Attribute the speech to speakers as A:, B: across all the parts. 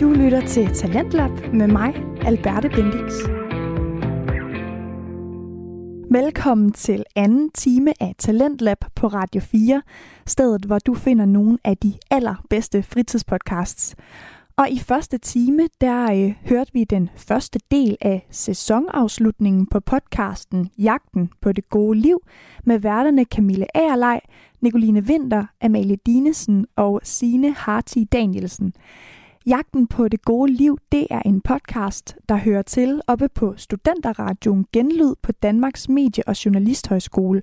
A: Du lytter til Talentlab med mig, Alberte Bendix. Velkommen til anden time af Talentlab på Radio 4, stedet hvor du finder nogle af de allerbedste fritidspodcasts. Og i første time, der øh, hørte vi den første del af sæsonafslutningen på podcasten Jagten på det gode liv med værterne Camille Agerlej, Nicoline Vinter, Amalie Dinesen og Sine Harti Danielsen. Jagten på det gode liv, det er en podcast, der hører til oppe på Studenterradioen Genlyd på Danmarks Medie- og Journalisthøjskole.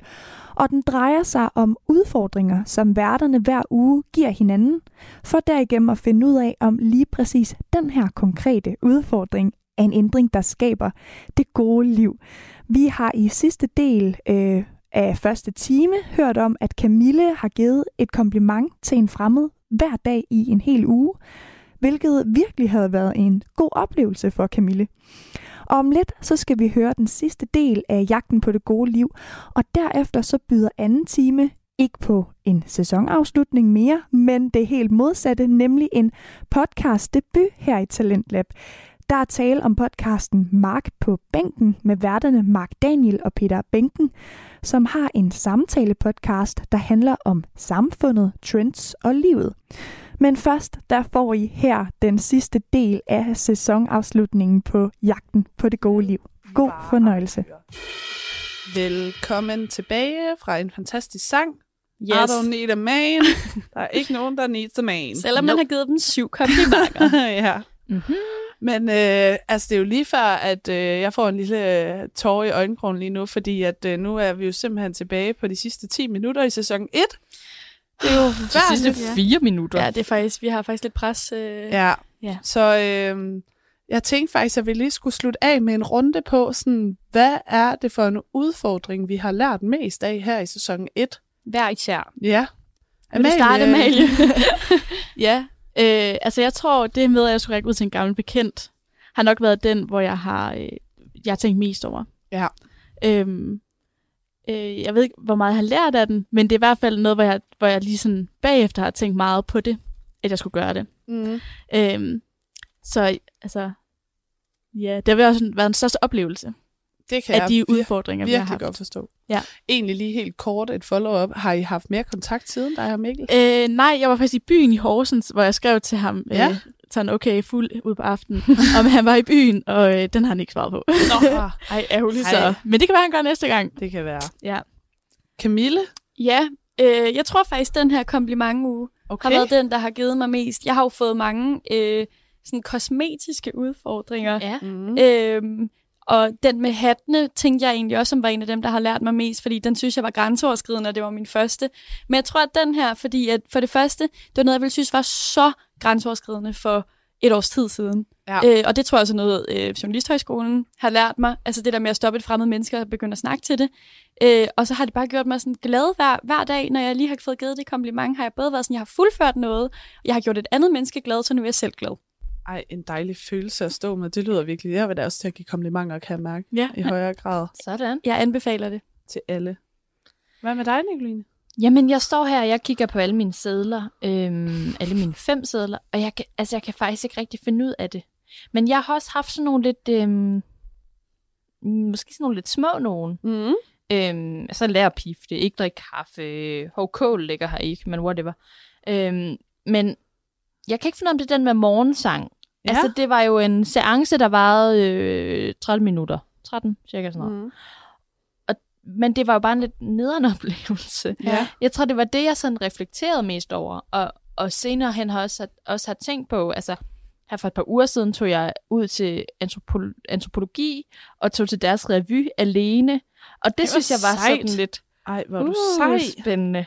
A: Og den drejer sig om udfordringer, som værterne hver uge giver hinanden, for derigennem at finde ud af, om lige præcis den her konkrete udfordring er en ændring, der skaber det gode liv. Vi har i sidste del øh, af første time hørt om, at Camille har givet et kompliment til en fremmed hver dag i en hel uge, hvilket virkelig havde været en god oplevelse for Camille. Og om lidt, så skal vi høre den sidste del af Jagten på det gode liv, og derefter så byder anden time ikke på en sæsonafslutning mere, men det helt modsatte, nemlig en podcast debut her i Talentlab. Der er tale om podcasten Mark på bænken med værterne Mark Daniel og Peter Bænken, som har en samtale-podcast, der handler om samfundet, trends og livet. Men først, der får I her den sidste del af sæsonafslutningen på Jagten på det gode liv. God fornøjelse.
B: Velkommen tilbage fra en fantastisk sang. Yes. I
C: Yes.
B: don't need a man. Der er ikke nogen, der needs a man.
C: Selvom man har givet dem syv komplimenter.
B: ja.
C: mm-hmm.
B: Men øh, altså, det er jo lige før, at øh, jeg får en lille øh, tårer i øjenkrogen lige nu, fordi at øh, nu er vi jo simpelthen tilbage på de sidste 10 minutter i sæson 1. Det
C: Ah,
B: er jo
D: De sidste
B: forfærdeligt.
D: fire minutter.
C: Ja, det er faktisk, vi har faktisk lidt pres. Øh. Ja.
B: Ja.
C: Ja.
B: Så øh, jeg tænkte faktisk, at vi lige skulle slutte af med en runde på, sådan, hvad er det for en udfordring, vi har lært mest af her i sæson 1?
C: Hver især.
B: Ja. øh,
C: Vil du starte, Amalie? ja, øh, altså jeg tror, det med, at jeg skulle række ud til en gammel bekendt, har nok været den, hvor jeg har, øh, jeg har tænkt mest over.
B: Ja.
C: Øhm, øh, jeg ved ikke, hvor meget jeg har lært af den, men det er i hvert fald noget, hvor jeg, hvor jeg lige sådan bagefter har tænkt meget på det, at jeg skulle gøre det.
B: Mm.
C: Øhm, så altså, ja, det har også været den største oplevelse
B: Det kan
C: af
B: jeg
C: de
B: vir-
C: udfordringer, vi har
B: virkelig
C: haft.
B: godt forstå.
C: Ja.
B: Egentlig lige helt kort et follow-up. Har I haft mere kontakt siden dig og Mikkel?
C: Øh, nej, jeg var faktisk i byen i Horsens, hvor jeg skrev til ham,
B: Ja.
C: øh, sådan okay, fuld ud på aftenen, om han var i byen, og øh, den har han ikke svaret på.
B: Nå,
C: Ej, ærgerligt
B: Ej.
C: så. Men det kan være, han gør næste gang.
B: det kan være.
C: Ja.
B: Camille?
E: Ja, øh, jeg tror faktisk, den her komplimentuge okay.
B: Okay.
E: har været den, der har givet mig mest. Jeg har jo fået mange øh, sådan kosmetiske udfordringer.
C: Ja.
B: Mm.
E: Øhm, og den med hattene, tænkte jeg egentlig også, som var en af dem, der har lært mig mest, fordi den synes jeg var grænseoverskridende, og det var min første. Men jeg tror, at den her, fordi at for det første, det var noget, jeg ville synes var så grænseoverskridende for et års tid siden.
B: Ja.
E: Øh, og det tror jeg også er noget, øh, Journalisthøjskolen har lært mig. Altså det der med at stoppe et fremmed menneske og begynde at snakke til det. Øh, og så har det bare gjort mig sådan glad hver, hver dag, når jeg lige har fået givet det kompliment, har jeg både været sådan, jeg har fuldført noget, jeg har gjort et andet menneske glad, så nu er jeg selv glad.
B: Ej, en dejlig følelse at stå med. Det lyder virkelig. Jeg vil da også til at give komplimenter, kan jeg mærke.
C: Ja.
B: I højere grad
F: Sådan.
E: Jeg anbefaler det.
B: til alle. Hvad med dig, Nicoline?
F: Jamen, jeg står her, og jeg kigger på alle mine sædler, øhm, alle mine fem sædler, og jeg kan, altså, jeg kan faktisk ikke rigtig finde ud af det. Men jeg har også haft sådan nogle lidt, øhm, mm, måske sådan nogle lidt små nogen.
B: Mm.
F: Øhm, altså lærpifte, ikke drikke kaffe, hov, kål ligger her ikke, men whatever. Øhm, men jeg kan ikke finde ud af, om det er den med morgensang.
B: Ja.
F: Ja. Altså, det var jo en seance, der varede øh, 13 minutter. 13, cirka sådan noget. Mm.
B: Mm.
F: Men det var jo bare en lidt nederen oplevelse.
B: Ja.
F: Jeg tror, det var det, jeg sådan reflekterede mest over, og, og senere hen har også, også har tænkt på, altså her for et par uger siden tog jeg ud til antropolo- antropologi, og tog til deres revy alene, og det, det
C: var
F: synes jeg var
C: sejt.
F: sådan lidt
B: Ej, hvor er du
F: uh,
B: sej.
F: spændende.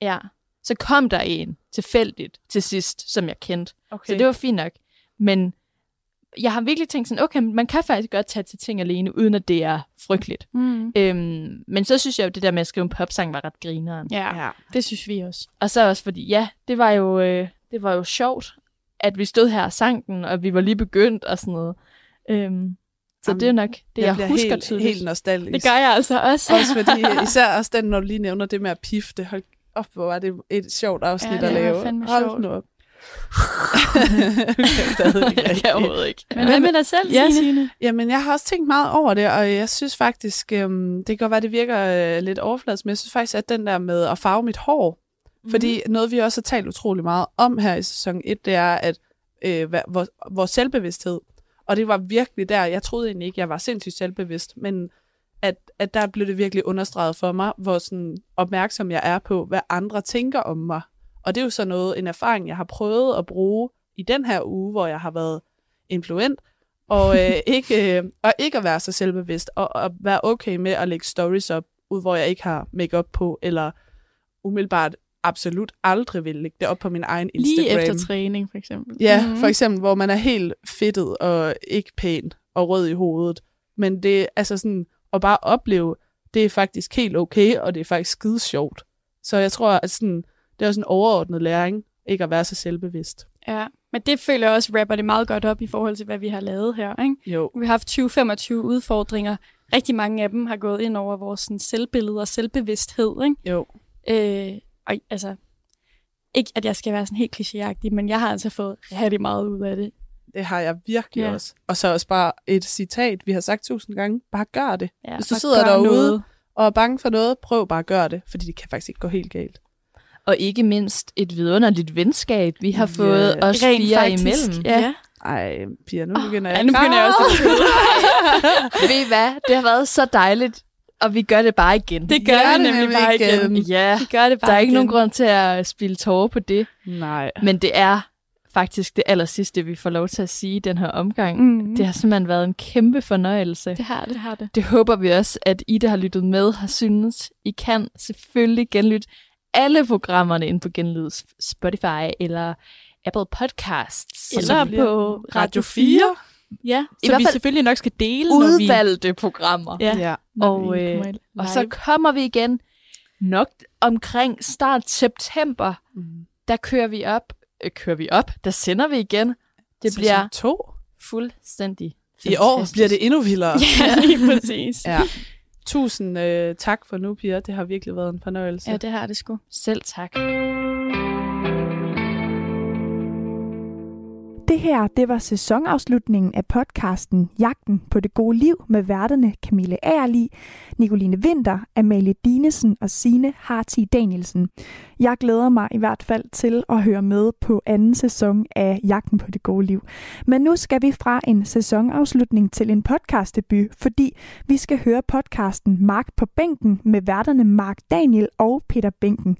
F: Ja. Så kom der en tilfældigt til sidst, som jeg kendte,
B: Okay.
F: okay. så det var fint nok, men jeg har virkelig tænkt sådan, okay, man kan faktisk godt tage til ting alene, uden at det er frygteligt.
E: Mm.
F: Øhm, men så synes jeg jo, det der med at skrive en popsang var ret grineren.
C: ja,
B: ja.
C: det synes vi også.
F: Og så også fordi, ja, det var jo, øh, det var jo sjovt, at vi stod her og sang den, og vi var lige begyndt og sådan noget. Øhm, så
B: Jamen,
F: Jamen, det er nok det, jeg,
B: bliver
F: jeg husker
B: helt,
F: tydeligt.
B: helt nostalgisk.
C: Det gør jeg altså også.
B: Også fordi, især også den, når du lige nævner det med at pifte. Hold op, hvor var det et sjovt afsnit
C: Ja,
B: at
C: det var
B: lave.
C: fandme
B: Hold
C: sjovt.
B: nu op.
F: jeg kan overhovedet ikke.
E: Men hvad med dig selv,
B: Ja,
E: Signe?
B: Jamen, jeg har også tænkt meget over det, og jeg synes faktisk, øhm, det kan godt være, det virker øh, lidt overfladisk, men jeg synes faktisk, at den der med at farve mit hår, mm-hmm. fordi noget, vi også har talt utrolig meget om her i sæson 1, det er, at øh, hvad, vores, vores selvbevidsthed, og det var virkelig der, jeg troede egentlig ikke, jeg var sindssygt selvbevidst, men at, at der blev det virkelig understreget for mig, hvor sådan opmærksom jeg er på, hvad andre tænker om mig. Og det er jo så noget, en erfaring, jeg har prøvet at bruge i den her uge, hvor jeg har været influent, og, øh, ikke, øh, og ikke at være så selvbevidst, og, og være okay med at lægge stories op, ud hvor jeg ikke har makeup på, eller umiddelbart absolut aldrig vil lægge det op på min egen Instagram.
C: Lige efter træning, Mhm. for eksempel.
B: Ja, mm-hmm. for eksempel, hvor man er helt fedtet og ikke pæn og rød i hovedet. Men det er altså sådan, at bare opleve, det er faktisk helt okay, og det er faktisk skide sjovt. Så jeg tror, at sådan, det er også en overordnet læring, ikke at være så selvbevidst.
E: Ja, men det føler jeg også rapper det meget godt op i forhold til, hvad vi har lavet her. Ikke?
B: Jo.
E: Vi har haft 20-25 udfordringer. Rigtig mange af dem har gået ind over vores sådan, selvbillede og selvbevidsthed.
B: Jo.
E: Ikke? Øh, og altså, ikke at jeg skal være sådan helt klichéagtig, men jeg har altså fået rigtig meget ud af det.
B: Det har jeg virkelig
E: Ja.
B: yeah. også. Og så også bare et citat, vi har sagt tusind gange. Bare gør det.
E: Ja,
B: Hvis du
E: og
B: sidder
E: gør
B: derude-
E: noget.
B: Og er bange for noget, prøv bare at gøre det. Fordi det kan faktisk ikke gå helt galt.
F: Og ikke mindst et vidunderligt venskab, vi har
B: Ja.
F: fået os
E: Rent
F: fire
E: faktisk.
F: imellem.
E: Ja. ja.
B: Ej, piger, nu begynder jeg
E: ja nu begynder jeg også at
F: Ved I hvad? Det har været så dejligt, og vi gør det bare igen.
E: Det gør vi nemlig bare igen.
F: Ja,
E: Vi gør det bare
F: der er ikke
E: igen.
F: nogen grund til at spille tårer på det,
B: Nej.
F: men det er faktisk det aller sidste, vi får lov til at sige i den her omgang.
E: Mm.
F: Det har simpelthen været en kæmpe fornøjelse.
E: det har det. har det.
F: Det håber vi også, at I, der har lyttet med, har synes. I kan selvfølgelig genlytte alle programmerne inde på Genlyd, Spotify eller Apple Podcasts.
C: Eller
B: bliver
C: på
B: Radio 4.
C: Ja,
F: I
C: så
F: hvert
C: vi
F: fald
C: selvfølgelig nok skal dele, når vi...
F: Udvalgte programmer.
C: Ja.
B: Ja.
C: når
F: Og,
C: vi
F: øh,
C: kommer i live.
F: Og så kommer vi igen nok omkring start september.
B: Mm.
F: Der kører vi op. Øh, kører vi op? Der sender vi igen. Det
B: Sæson
F: bliver
B: to.
F: fuldstændig
B: I år bliver det endnu vildere.
E: Ja, lige præcis.
B: Ja. Tusind øh, tak for nu, piger. Det har virkelig været en fornøjelse.
E: det har det sgu.
F: Selv tak.
A: Det her, det var sæsonafslutningen af podcasten Jagten på det gode liv med værterne Camille Ærli, Nicoline Vinter, Amalie Dinesen og Sine Harti Danielsen. Jeg glæder mig i hvert fald til at høre med på anden sæson af Jagten på det gode liv. Men nu skal vi fra en sæsonafslutning til en podcastdebut, fordi vi skal høre podcasten Mark på bænken med værterne Mark Daniel og Peter Bænken.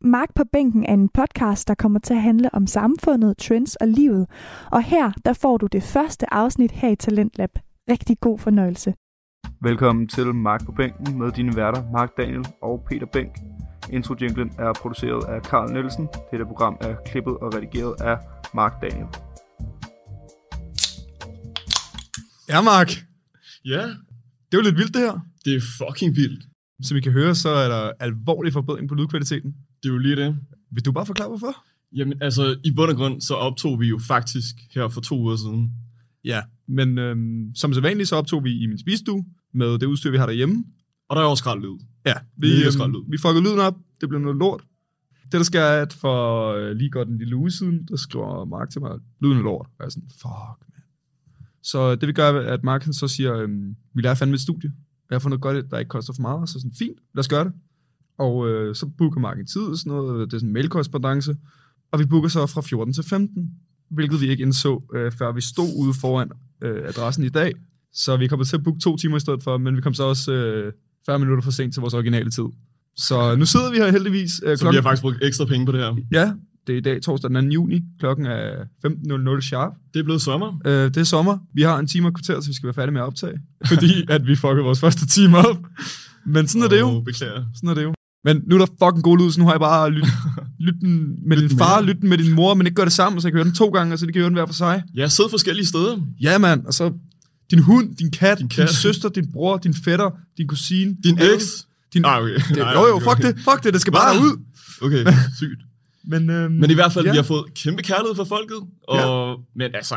A: Mark på bænken er en podcast, der kommer til at handle om samfundet, trends og livet. Og her, der får du det første afsnit her i Talentlab. Rigtig god fornøjelse.
D: Velkommen til Mark på Bænken med dine værter Mark Daniel og Peter Bænk. Introjinglen er produceret af Karl Nielsen. Dette program er klippet og redigeret af Mark Daniel.
G: Ja, Mark.
H: Ja,
G: Det er jo lidt vildt, det her.
H: det er fucking vildt.
G: Som I kan høre, så er der alvorlig forbedring på lydkvaliteten.
H: Det er jo lige det.
G: Vil du bare forklare, hvorfor?
H: Jamen altså, i bund og grund, så optog vi jo faktisk her for to uger siden.
G: Ja, men øhm, som sædvanligt, så optog vi i min spisestue med det udstyr, vi har derhjemme.
H: Og der er også skrald lyd.
G: Ja, vi,
H: Mega skrald
G: øhm,
H: lyd.
G: vi fuckede lyden op. Det blev noget lort. Det, der sker, er, at for øh, lige godt en lille uge siden, der skriver Mark til mig, lyden er lort. Og jeg er sådan, fuck, man. Så det vi gør, er, at Mark han så siger, øhm, vi lærer fandme et studie. Og jeg har fundet godt, et, der ikke koster for meget. Så sådan, fint, lad os gøre det. Og øh, så booker Mark en tid og sådan noget. Det er sådan en mailkorrespondence. Og vi booker så fra 14 til 15, hvilket vi ikke indså, øh, før vi stod ude foran øh, adressen i dag. Så vi kommer til at booke to timer i stedet for, men vi kom så også øh, 40 minutter for sent til vores originale tid. Så nu sidder vi her heldigvis. Øh,
H: Så vi har faktisk brugt ekstra penge på det her.
G: Ja, det er i dag torsdag den 2. juni. Klokken er 15.00 sharp.
H: Det er blevet sommer,
G: Øh, det er sommer. Vi har en time og kvarter, så vi skal være færdige med at optage. fordi at vi fuckede vores første time op. Men sådan er det jo.
H: og beklager.
G: Sådan er det jo. Men nu er der fucking god lyd, så nu har jeg bare lyt, lyt den med din far, lyt den med din mor, men ikke gør det sammen, så jeg kan høre den to gange, og så de kan høre den hver for sig.
H: Jeg sidder forskellige steder.
G: Ja, mand. Og så din hund, din kat, din, kat.
H: kat.
G: din søster, din bror, din fætter, din kusine.
H: Din
G: alle.
H: ex.
G: Din,
H: Ah, okay.
G: det, jo, jo, fuck det, fuck det, det skal bare
H: Ah.
G: ud.
H: Okay, sygt.
G: Men, øhm,
H: Men i hvert fald,
G: Ja.
H: ja. vi har fået kæmpe kærlighed fra folket. Og, ja. Men altså,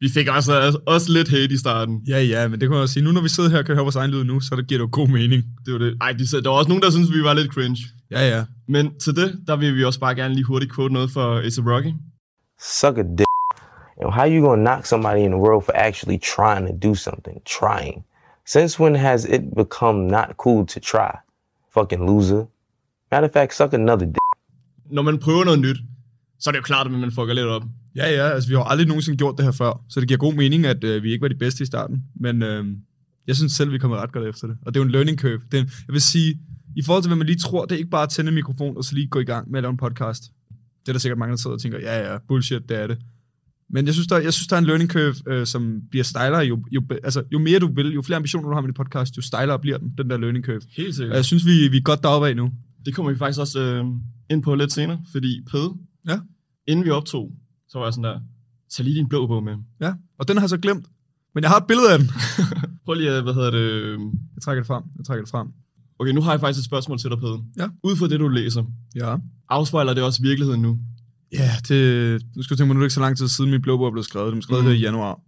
H: vi fik altså også, også lidt hate i starten.
G: Ja, ja, men det kunne jeg også sige. Nu når vi sidder her og kan høre vores egen lyd nu, så det giver det jo god mening.
H: Det var det. Ej, de, sagde- der var også nogen, der syntes, vi var lidt cringe.
G: Ja, ja.
H: Men til det, der vil vi også bare gerne lige hurtigt quote noget for A$AP Rocky.
I: Suck a dick. You know, how you gonna knock somebody in the world for actually trying to do something? Trying. Since when has it become not cool to try? Fucking loser. Matter of fact, suck another dick.
H: Når man prøver noget nyt, så er det jo klart, at man fucker lidt op.
G: Ja, ja, altså vi har jo aldrig nogensinde gjort det her før, så det giver god mening, at øh, vi ikke var de bedste i starten. Men øh, jeg synes selv, vi er kommet ret godt efter det. Og det er jo en learning curve. Det er en, jeg vil sige, i forhold til hvad man lige tror, det er ikke bare at tænde en mikrofon og så lige gå i gang med at lave en podcast. Det er der sikkert mange, der sidder og tænker, ja, ja, bullshit, det er det. Men jeg synes, der, jeg synes, der er en learning curve, øh, som bliver stejlere. Jo, jo, be- altså, jo mere du vil, jo flere ambitioner du har med din podcast, jo stejlere bliver den, den der learning curve.
H: Helt
G: Og
H: sikkert.
G: jeg synes, vi, vi er godt deroppe af nu.
H: Det kommer vi faktisk også øh, ind på lidt senere, fordi Pede,
G: Ja.
H: inden vi optog, så var jeg sådan der, tag lige din blå bog med.
G: Ja, og den har jeg så glemt. Men jeg har et billede af den.
H: Prøv lige, at- hvad hedder det... øh,
G: Jeg trækker det frem. Jeg trækker det frem.
H: Okay, nu har jeg faktisk et spørgsmål til dig, Pede.
G: Ja.
H: Ud fra det, du læser,
G: Ja.
H: afspejler det også virkeligheden nu?
G: Ja, det, nu skal du tænke mig, nu er det ikke så lang tid siden, min blå bog blev skrevet. Den blev skrevet
H: Mhm.
G: mm. her i januar.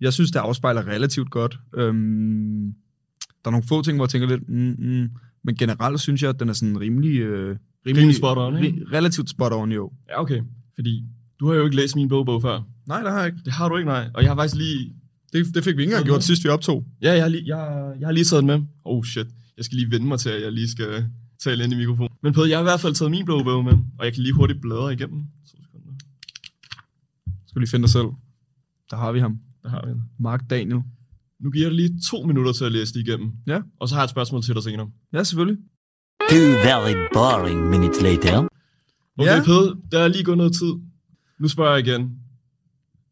G: Jeg synes, det afspejler relativt godt. Øhm, der er nogle få ting, hvor jeg tænker lidt, mm, mm, men generelt synes jeg, at den er sådan rimelig... Øh,
H: Rimelig spot on, ikke?
G: ri- Relativt spot on, jo.
H: Ja, okay. Fordi du har jo ikke læst min bogbog før.
G: Nej, det har jeg ikke.
H: Det har du ikke, nej. Og jeg har faktisk lige...
G: Det, det fik vi ikke engang
H: Okay.
G: gjort, sidst vi optog.
H: Ja, jeg har lige, jeg, jeg har lige taget den med. Oh shit. Jeg skal lige vende mig til, at jeg lige skal tale ind i mikrofonen. Men Pede, jeg har i hvert fald taget min bogbog med. Og jeg kan lige hurtigt bladre igennem. To sekunder.
G: Skal vi lige finde dig selv. Der har vi ham.
H: Der har vi den.
G: Mark Daniel.
H: Nu giver jeg dig lige to minutter til at læse det igennem.
G: Ja.
H: Og så har jeg et spørgsmål til dig senere.
G: Ja, selvfølgelig.
J: Two very boring minutes later.
H: Okay,
G: Ja.
H: ja. Pede, der er lige gået noget tid. Nu spørger jeg igen.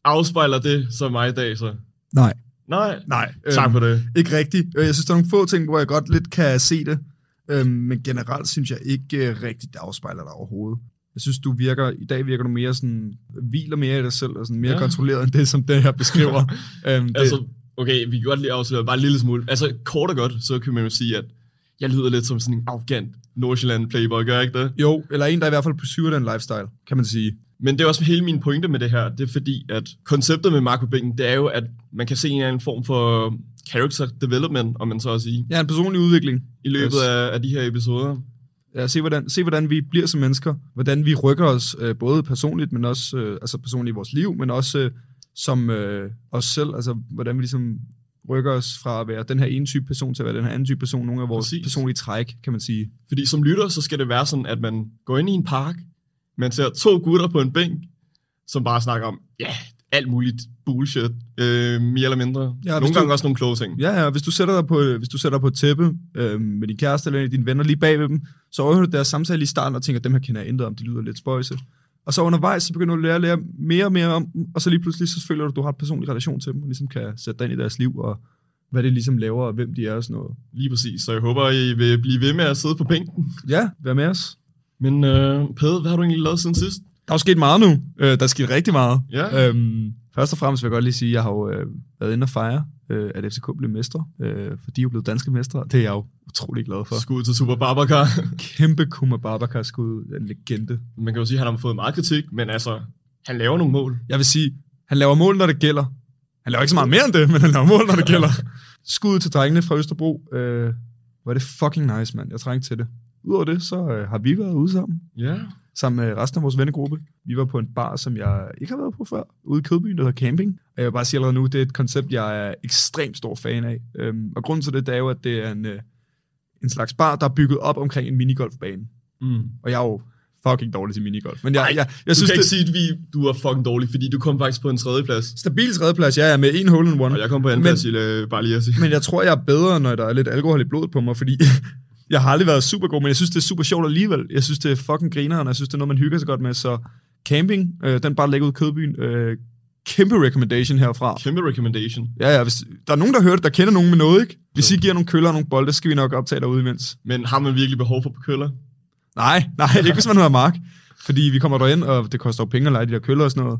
H: Afspejler det så mig i dag, så?
G: Nej.
H: Nej. Øhm,
G: Nej.
H: Tak for det.
G: Ikke rigtigt. Øh, Jeg synes, der er nogle få ting, hvor jeg godt lidt kan se det. Øhm, Men generelt synes jeg ikke øh, rigtigt, det afspejler dig overhovedet. Jeg synes, du virker, i dag virker du mere sådan, hviler mere i dig selv, og sådan mere ja.
H: Ja.
G: kontrolleret end det, som det her beskriver. øhm, det, altså,
H: Altså, okay, vi kan godt lige afsløre bare en lille smule. Altså, kort og godt, så kan man jo sige, at jeg lyder lidt som sådan en arrogant Nordsjælland playboy, gør jeg ikke det?
G: jo, eller en, der i hvert fald pursuer den lifestyle, kan man sige.
H: Men det er også hele min pointe med det her, det er fordi, at konceptet med Marco Bingen, det er jo, at man kan se en eller anden form for character development, om man så at sige,
G: Ja, en personlig udvikling.
H: i løbet
G: Yes.
H: af, af de her episoder.
G: Ja, se, hvordan, se, hvordan vi bliver som mennesker, hvordan vi rykker os, øh, både personligt, men også øh, altså personligt i vores liv, men også øh, som øh, os selv, altså hvordan vi ligesom rykker os fra at være den her ene type person til at være den her anden type person, nogle af vores Præcis.
H: Præcis.
G: personlige træk, kan man sige.
H: Fordi som lytter, så skal det være sådan, at man går ind i en park, man ser to gutter på en bænk, som bare snakker om, ja, alt muligt bullshit, øh, mere eller mindre. Ja,
G: hvis
H: nogle
G: du-
H: gange også nogle kloge ting.
G: Ja, ja, hvis du sætter dig på, øh, hvis du sætter dig på et tæppe øh, med din kæreste eller en af dine venner lige bag ved dem, så overhører du deres samtale i starten og tænker, dem her kender jeg intet om, de lyder lidt spøjse. Og så undervejs, så begynder du at lære, lære mere og mere om dem, og så lige pludselig, så føler du, at du har en personlig relation til dem, og ligesom kan sætte dig ind i deres liv, og hvad det ligesom laver, og hvem de er og sådan noget.
H: Lige præcis, så jeg håber, I vil blive ved med at sidde på bænken.
G: Ja, vær med os.
H: Men øh, Pede, hvad har du egentlig lavet siden sidst?
G: Der er jo sket meget nu. Øh, der er sket rigtig meget.
H: Ja.
G: Øhm, først og fremmest vil jeg godt lige sige, at jeg har jo øh, været inde og fejre, øh, at FCK blev mestre, øh, for de er jo blevet danske mestre, og det er jeg jo utrolig glad for.
H: Skud til Super Babacar.
G: Kæmpe Kuma Babacar skud, en legende.
H: Man kan jo sige, at han har fået meget kritik, men altså, han laver nogle mål.
G: Jeg vil sige, han laver mål, når det gælder. Han laver ikke så meget mere end det, men han laver mål, når det gælder. Skud til drengene fra Østerbro. Øh, hvor er det fucking nice, mand. Jeg trængte til det. Udover det, så øh, har vi været ude sammen.
H: Ja.
G: sammen med resten af vores vennegruppe. Vi var på en bar, som jeg ikke har været på før, ude i Kødbyen, der hedder Camping. Og jeg vil bare sige allerede nu, det er et koncept, jeg er ekstremt stor fan af. Øhm, og grunden til det, det er jo, at det er en, øh, en slags bar, der er bygget op omkring en minigolfbane.
H: Mm.
G: Og jeg er jo fucking dårlig til minigolf. Men jeg,
H: Ej,
G: jeg, jeg,
H: Jeg
G: jeg
H: du synes,
G: synes,
H: kan
G: det
H: ikke sige, at vi, du er fucking dårlig, fordi du kom faktisk på en tredjeplads.
G: stabil tredjeplads, jeg er med en hole in one.
H: Og jeg kom på anden
G: Men-
H: plads, øh, bare lige at sige.
G: Men jeg tror, jeg er bedre, når der er lidt alkohol i blodet på mig, fordi jeg har aldrig været super god, men jeg synes, det er super sjovt alligevel. Jeg synes, det er fucking grineren, og jeg synes, det er noget, man hygger sig godt med. Så camping, øh, den bare ligger ud i Kødbyen. Øh, kæmpe recommendation herfra.
H: Kæmpe recommendation.
G: Ja, ja, hvis der er nogen, der hører det, der kender nogen med noget, ikke? Hvis I giver nogle køller og nogle bolde, så skal vi nok optage derude imens.
H: Men har man virkelig behov for køller?
G: Nej, nej, ikke hvis man hedder Mark. Fordi vi kommer derind, og det koster jo penge at lege de der køller og sådan noget.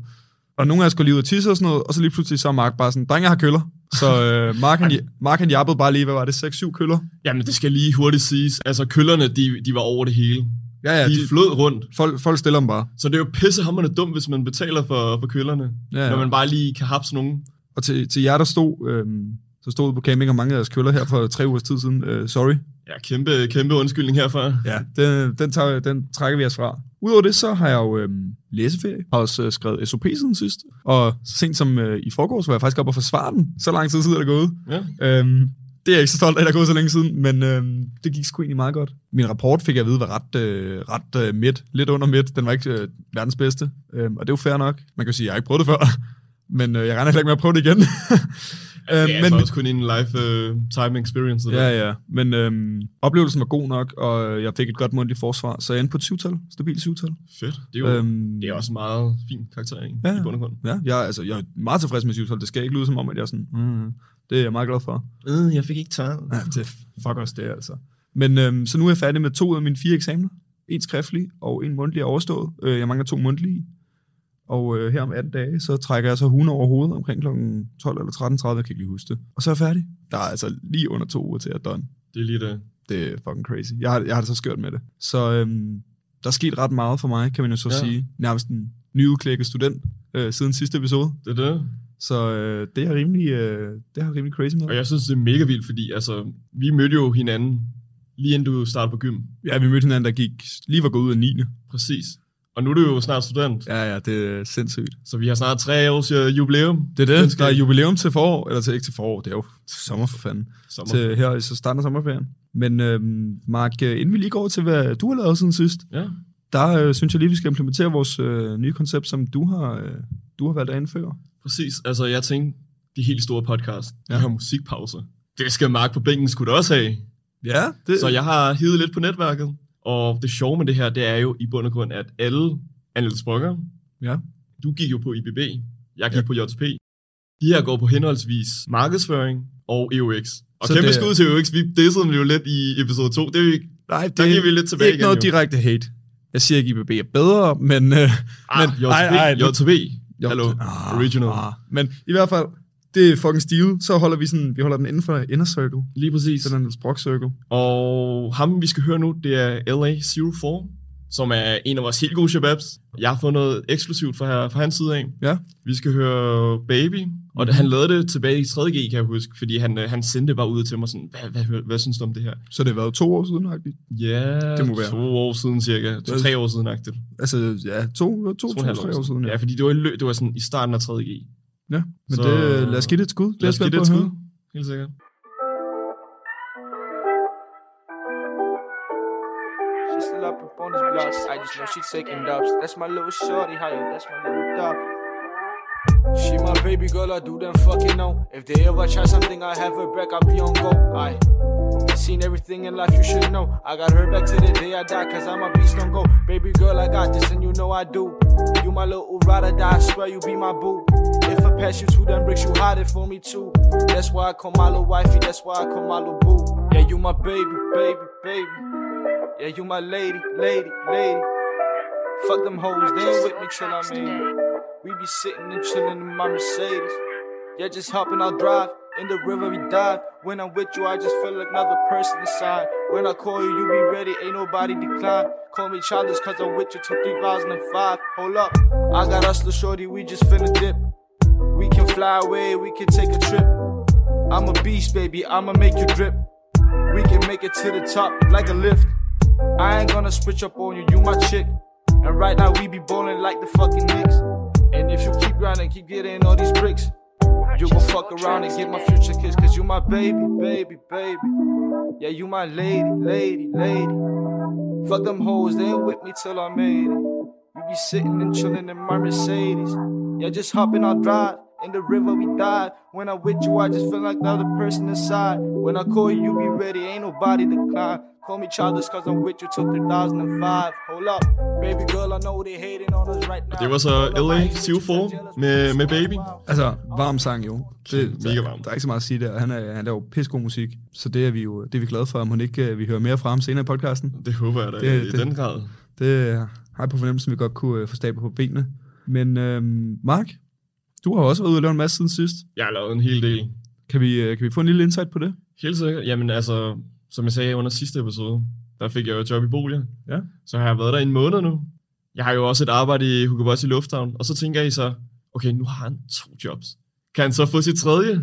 G: Og nogle af os går lige ud og tisse og sådan noget, og så lige pludselig så er Mark bare sådan, drenge, jeg har køller. Så øh, Mark, han, Mark han jappede bare lige, hvad var det, 6-7 køller?
H: Jamen, det skal lige hurtigt siges. Altså, køllerne, de, de var over det hele.
G: Ja, ja,
H: de, de flød rundt.
G: Folk, folk stiller dem bare.
H: Så det er jo pissehammerende dumt, hvis man betaler for, for køllerne.
G: Ja,
H: Ja. Når
G: ja.
H: man bare lige kan hapse nogen.
G: Og til, til jer, der stod øhm, Så stod ude på camping og mange af jeres køller her for tre ugers tid siden. Øh, sorry.
H: Ja, kæmpe, kæmpe undskyldning herfra.
G: Ja, den, den, tager, den trækker vi os fra. Udover det, så har jeg jo øh, læseferie, har også øh, skrevet SOP siden sidst, og så sent som øh, i forgårs var jeg faktisk oppe og forsvare den. Så lang tid siden er det gået.
H: Ja.
G: Øhm, det er jeg ikke så stolt af, at der er gået så længe siden, men øhm, det gik sgu egentlig meget godt. Min rapport fik jeg at vide, var ret, øh, ret øh, midt, lidt under midt. Den var ikke øh, verdens bedste, øhm, og det er jo fair nok. Man kan jo sige, at jeg har ikke prøvet det før, men øh, jeg regner heller ikke med at prøve det igen.
H: Ja,
G: øhm,
H: det er altså også kun en live uh, time experience. Det der.
G: Ja, ja. Men øhm, oplevelsen var god nok, og jeg fik et godt mundtligt forsvar, så jeg endte på et syvtal, stabilt syvtal.
H: Fedt. Det er jo
G: Øhm,
H: det er også en meget fin karakterering
G: Ja.
H: ja. i bund og grund.
G: Ja, jeg, er- altså, jeg er meget tilfreds med syvtal. Det skal ikke lyde som om, at jeg er sådan, mm, det er jeg meget glad for.
H: Øh, jeg fik ikke taget.
G: Ja, det fuck også det, altså. Men øhm, så nu er jeg færdig med to af mine fire eksamener. En skriftlig og en mundtlig er overstået. Øh, jeg mangler to mundtlige. Og øh, her om 18 dage, så trækker jeg så hunde over hovedet omkring kl. 12 eller 13.30, jeg kan ikke lige huske det. Og så er jeg færdig. Der er altså lige under to uger til, at jeg er done.
H: Det er lige det.
G: Det er fucking crazy. Jeg har, jeg har det så skørt med det. Så øhm, der er sket ret meget for mig, kan man jo så ja.
H: Ja.
G: sige. Nærmest en nyudklækket student øh, siden sidste episode.
H: Det er det.
G: Så øh, det er rimelig, øh, det har rimelig crazy med.
H: Og jeg synes, det er mega vildt, fordi altså, vi mødte jo hinanden lige inden du startede på gym.
G: Ja, vi mødte hinanden, der gik, lige var gået ud af 9.
H: Præcis. Og nu er du jo snart student, ja.
G: Ja, ja, det er sindssygt.
H: så vi har snart tre års øh, jubilæum.
G: Det er det.
H: Venskab.
G: Der er jubilæum til forår, eller til ikke til forår, det er jo sommer for fanden.
H: Sommer.
G: Sommer. Til her, så starter sommerferien. Men øhm, Mark, øh, inden vi lige går over til, hvad du har lavet siden sidst,
H: Ja.
G: der øh, synes jeg lige, vi skal implementere vores øh, nye koncept, som du har, øh, du har valgt at indføre.
H: Præcis. Altså, jeg tænkte, de helt store podcast, ja.
G: Ja.
H: de har musikpauser. Det skal Mark på bænken skulle da også have.
G: Ja, det,
H: Så jeg har hivet lidt på netværket. Og det sjove med det her, det er jo i bund og grund, at alle Annels Brugger,
G: Ja.
H: du gik jo på IBB, jeg gik ja. på JTP. De her går på henholdsvis markedsføring og EUX. Og
G: Så
H: så kæmpe
G: det-
H: det... skud til E EUX, vi dissede dem jo lidt i episode 2. Det er jo ikke,
G: nej,
H: der giver vi lidt tilbage
G: ikke
H: igen
G: noget
H: jo.
G: direkte hate. Jeg siger ikke, IBB er bedre, men... Øh,
H: ah,
G: men-
H: JTP,
G: Ej, ej, nu-
H: JTP,
G: Jo,
H: hallo,
G: ah,
H: original.
G: Ah, men i hvert fald, det er fucking stivet. Så holder vi sådan, vi holder den inden for inner circle.
H: Lige præcis.
G: Sådan en Niels Brock circle.
H: Og ham, vi skal høre nu, det er LA04, som er en af vores helt gode shababs. Jeg har fået noget eksklusivt fra, fra hans side af.
G: Ja. Mhm.
H: Vi skal høre Baby, og da han lavede det tilbage i 3.G, kan jeg huske, fordi han, øh, han sendte det bare ud til mig sådan, hvad, hvad, hvad, hvad synes du om det her?
G: Så det har været to år siden, agtigt.
H: Ja,
G: Det må være.
H: to år siden cirka, to-tre år siden agtigt.
G: Altså, ja, to, to, to,
H: og
G: to,
H: en halv
G: tre år siden.
H: Ja,
G: Ja.
H: fordi det var, i lø- det var sådan i starten af 3.G.
G: ja. Men
H: Så-
G: det, lad os give det et skud.
H: Lad os give
G: er
H: det et
G: jeg
H: skud,
G: spændt på at høre.
H: helt sikkert.
K: She's still up with bonus blocks. I just know she's taking dubs. That's my little shorty, how you? That's my little dub. She my baby girl, I do them fucking know. If they ever try something, I have her back. I'll be on go. I seen everything in life, you should know. I got her back to the day I die, cause I'm a beast on go. Baby girl, I got this, and you know I do. You my little ride or die, I swear you be my boo. If I pass you two, them bricks, you hide it for me too. That's why I call my little wifey, that's why I call my little boo. Yeah, you my baby, baby, baby. Yeah, you my lady, lady, lady. Fuck them hoes, they ain't with me till I'm in. We be sitting and chilling in my Mercedes. Yeah, just hopping, I'll drive. In the river, we dive. When I'm with you, I just feel like another person inside. When I call you, you be ready, ain't nobody decline. Call me childish, cause I'm with you till 2005. Hold up, I got us, the shorty, we just finna dip. We can fly away, we can take a trip. I'm a beast, baby, I'ma make you drip. We can make it to the top like a lift. I ain't gonna switch up on you, you my chick. And right now we be bowling like the fucking Knicks. And if you keep grinding, keep getting all these bricks, you gon' fuck around and get my future kiss. Cause you my baby, baby, baby. Yeah, you my lady, lady, lady. Fuck them hoes, they ain't with me till I made it. We be sitting and chilling in my Mercedes. Yeah, just hop in our drive. In the river we dive. When I'm with you, I just feel like the other person inside. When I call you, you be ready. Ain't nobody decline. Call me childish, cause I'm with you till 2005. Hold up, baby girl, I know they hating on us right now.
H: det var så LA04 med- med Baby.
G: Altså, varm sang jo. Det,
H: Kæmpe, mega varm.
G: Der er ikke så meget at sige der. Han, er, han laver pissegod musik, så det er vi jo det er vi glade for, om hun ikke øh, vi hører mere fra ham senere i podcasten.
H: Det håber jeg da
G: Det-
H: i
G: det-
H: den grad.
G: Det øh, har jeg på fornemmelsen, vi godt kunne øh, få stablet på benene. Men øhm, Mark, du har også været ude og lave en masse siden sidst.
H: Jeg har lavet en hel del.
G: Kan vi, øh, kan vi få en lille insight på det?
H: Helt sikkert. Jamen altså, som jeg sagde under sidste episode, der fik jeg jo et job i Bolia.
G: Ja.
H: Så har jeg været der i en måned nu. Jeg har jo også et arbejde i Hugo Boss i Lufthavn. Og så tænker I så, okay, nu har han to jobs. Kan han så få sit tredje?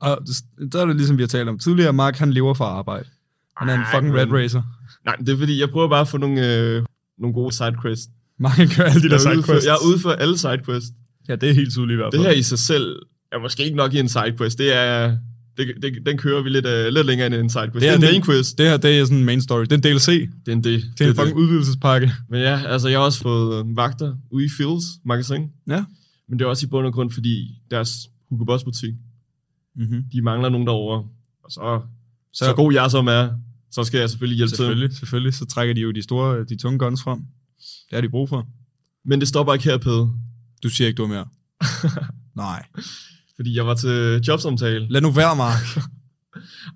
G: Og s- der er det ligesom, vi har talt om tidligere. Mark, han lever for arbejde. Han er en
H: Ej,
G: fucking
H: men-
G: red racer.
H: Nej, men det er fordi, jeg prøver bare at få nogle, øh, nogle gode sidequests.
G: Mark han kører alle de der
H: jeg er ude for-
G: sidequests.
H: Jeg er ude for alle sidequests.
G: Ja, det er helt tydeligt i hvert
H: Det
G: fald.
H: her i sig selv er måske ikke nok i en sidequest. Det er, det, det, den kører vi lidt, øh, lidt længere end en sidequest. Det, det er en main quiz.
G: Det her, det er sådan en main story. Det er en DLC.
H: Det er en del.
G: Det er en fucking udvidelsespakke.
H: Men ja, altså jeg har også fået øh, vagter ude i Fields magasin.
G: Ja.
H: Men det er også i bund og grund, fordi deres Hugo Boss butik,
G: Mm-hmm.
H: de mangler nogen derovre. Og så, så,
G: Så-
H: så god jeg som er, så skal jeg selvfølgelig hjælpe til.
G: Selvfølgelig, selvfølgelig. Så trækker de jo de store, de tunge guns frem. Det har de brug for.
H: Men det stopper ikke her, Pede.
G: Du siger ikke, du er mere. Nej.
H: Fordi jeg var til jobsamtale.
G: Lad nu være, Mark.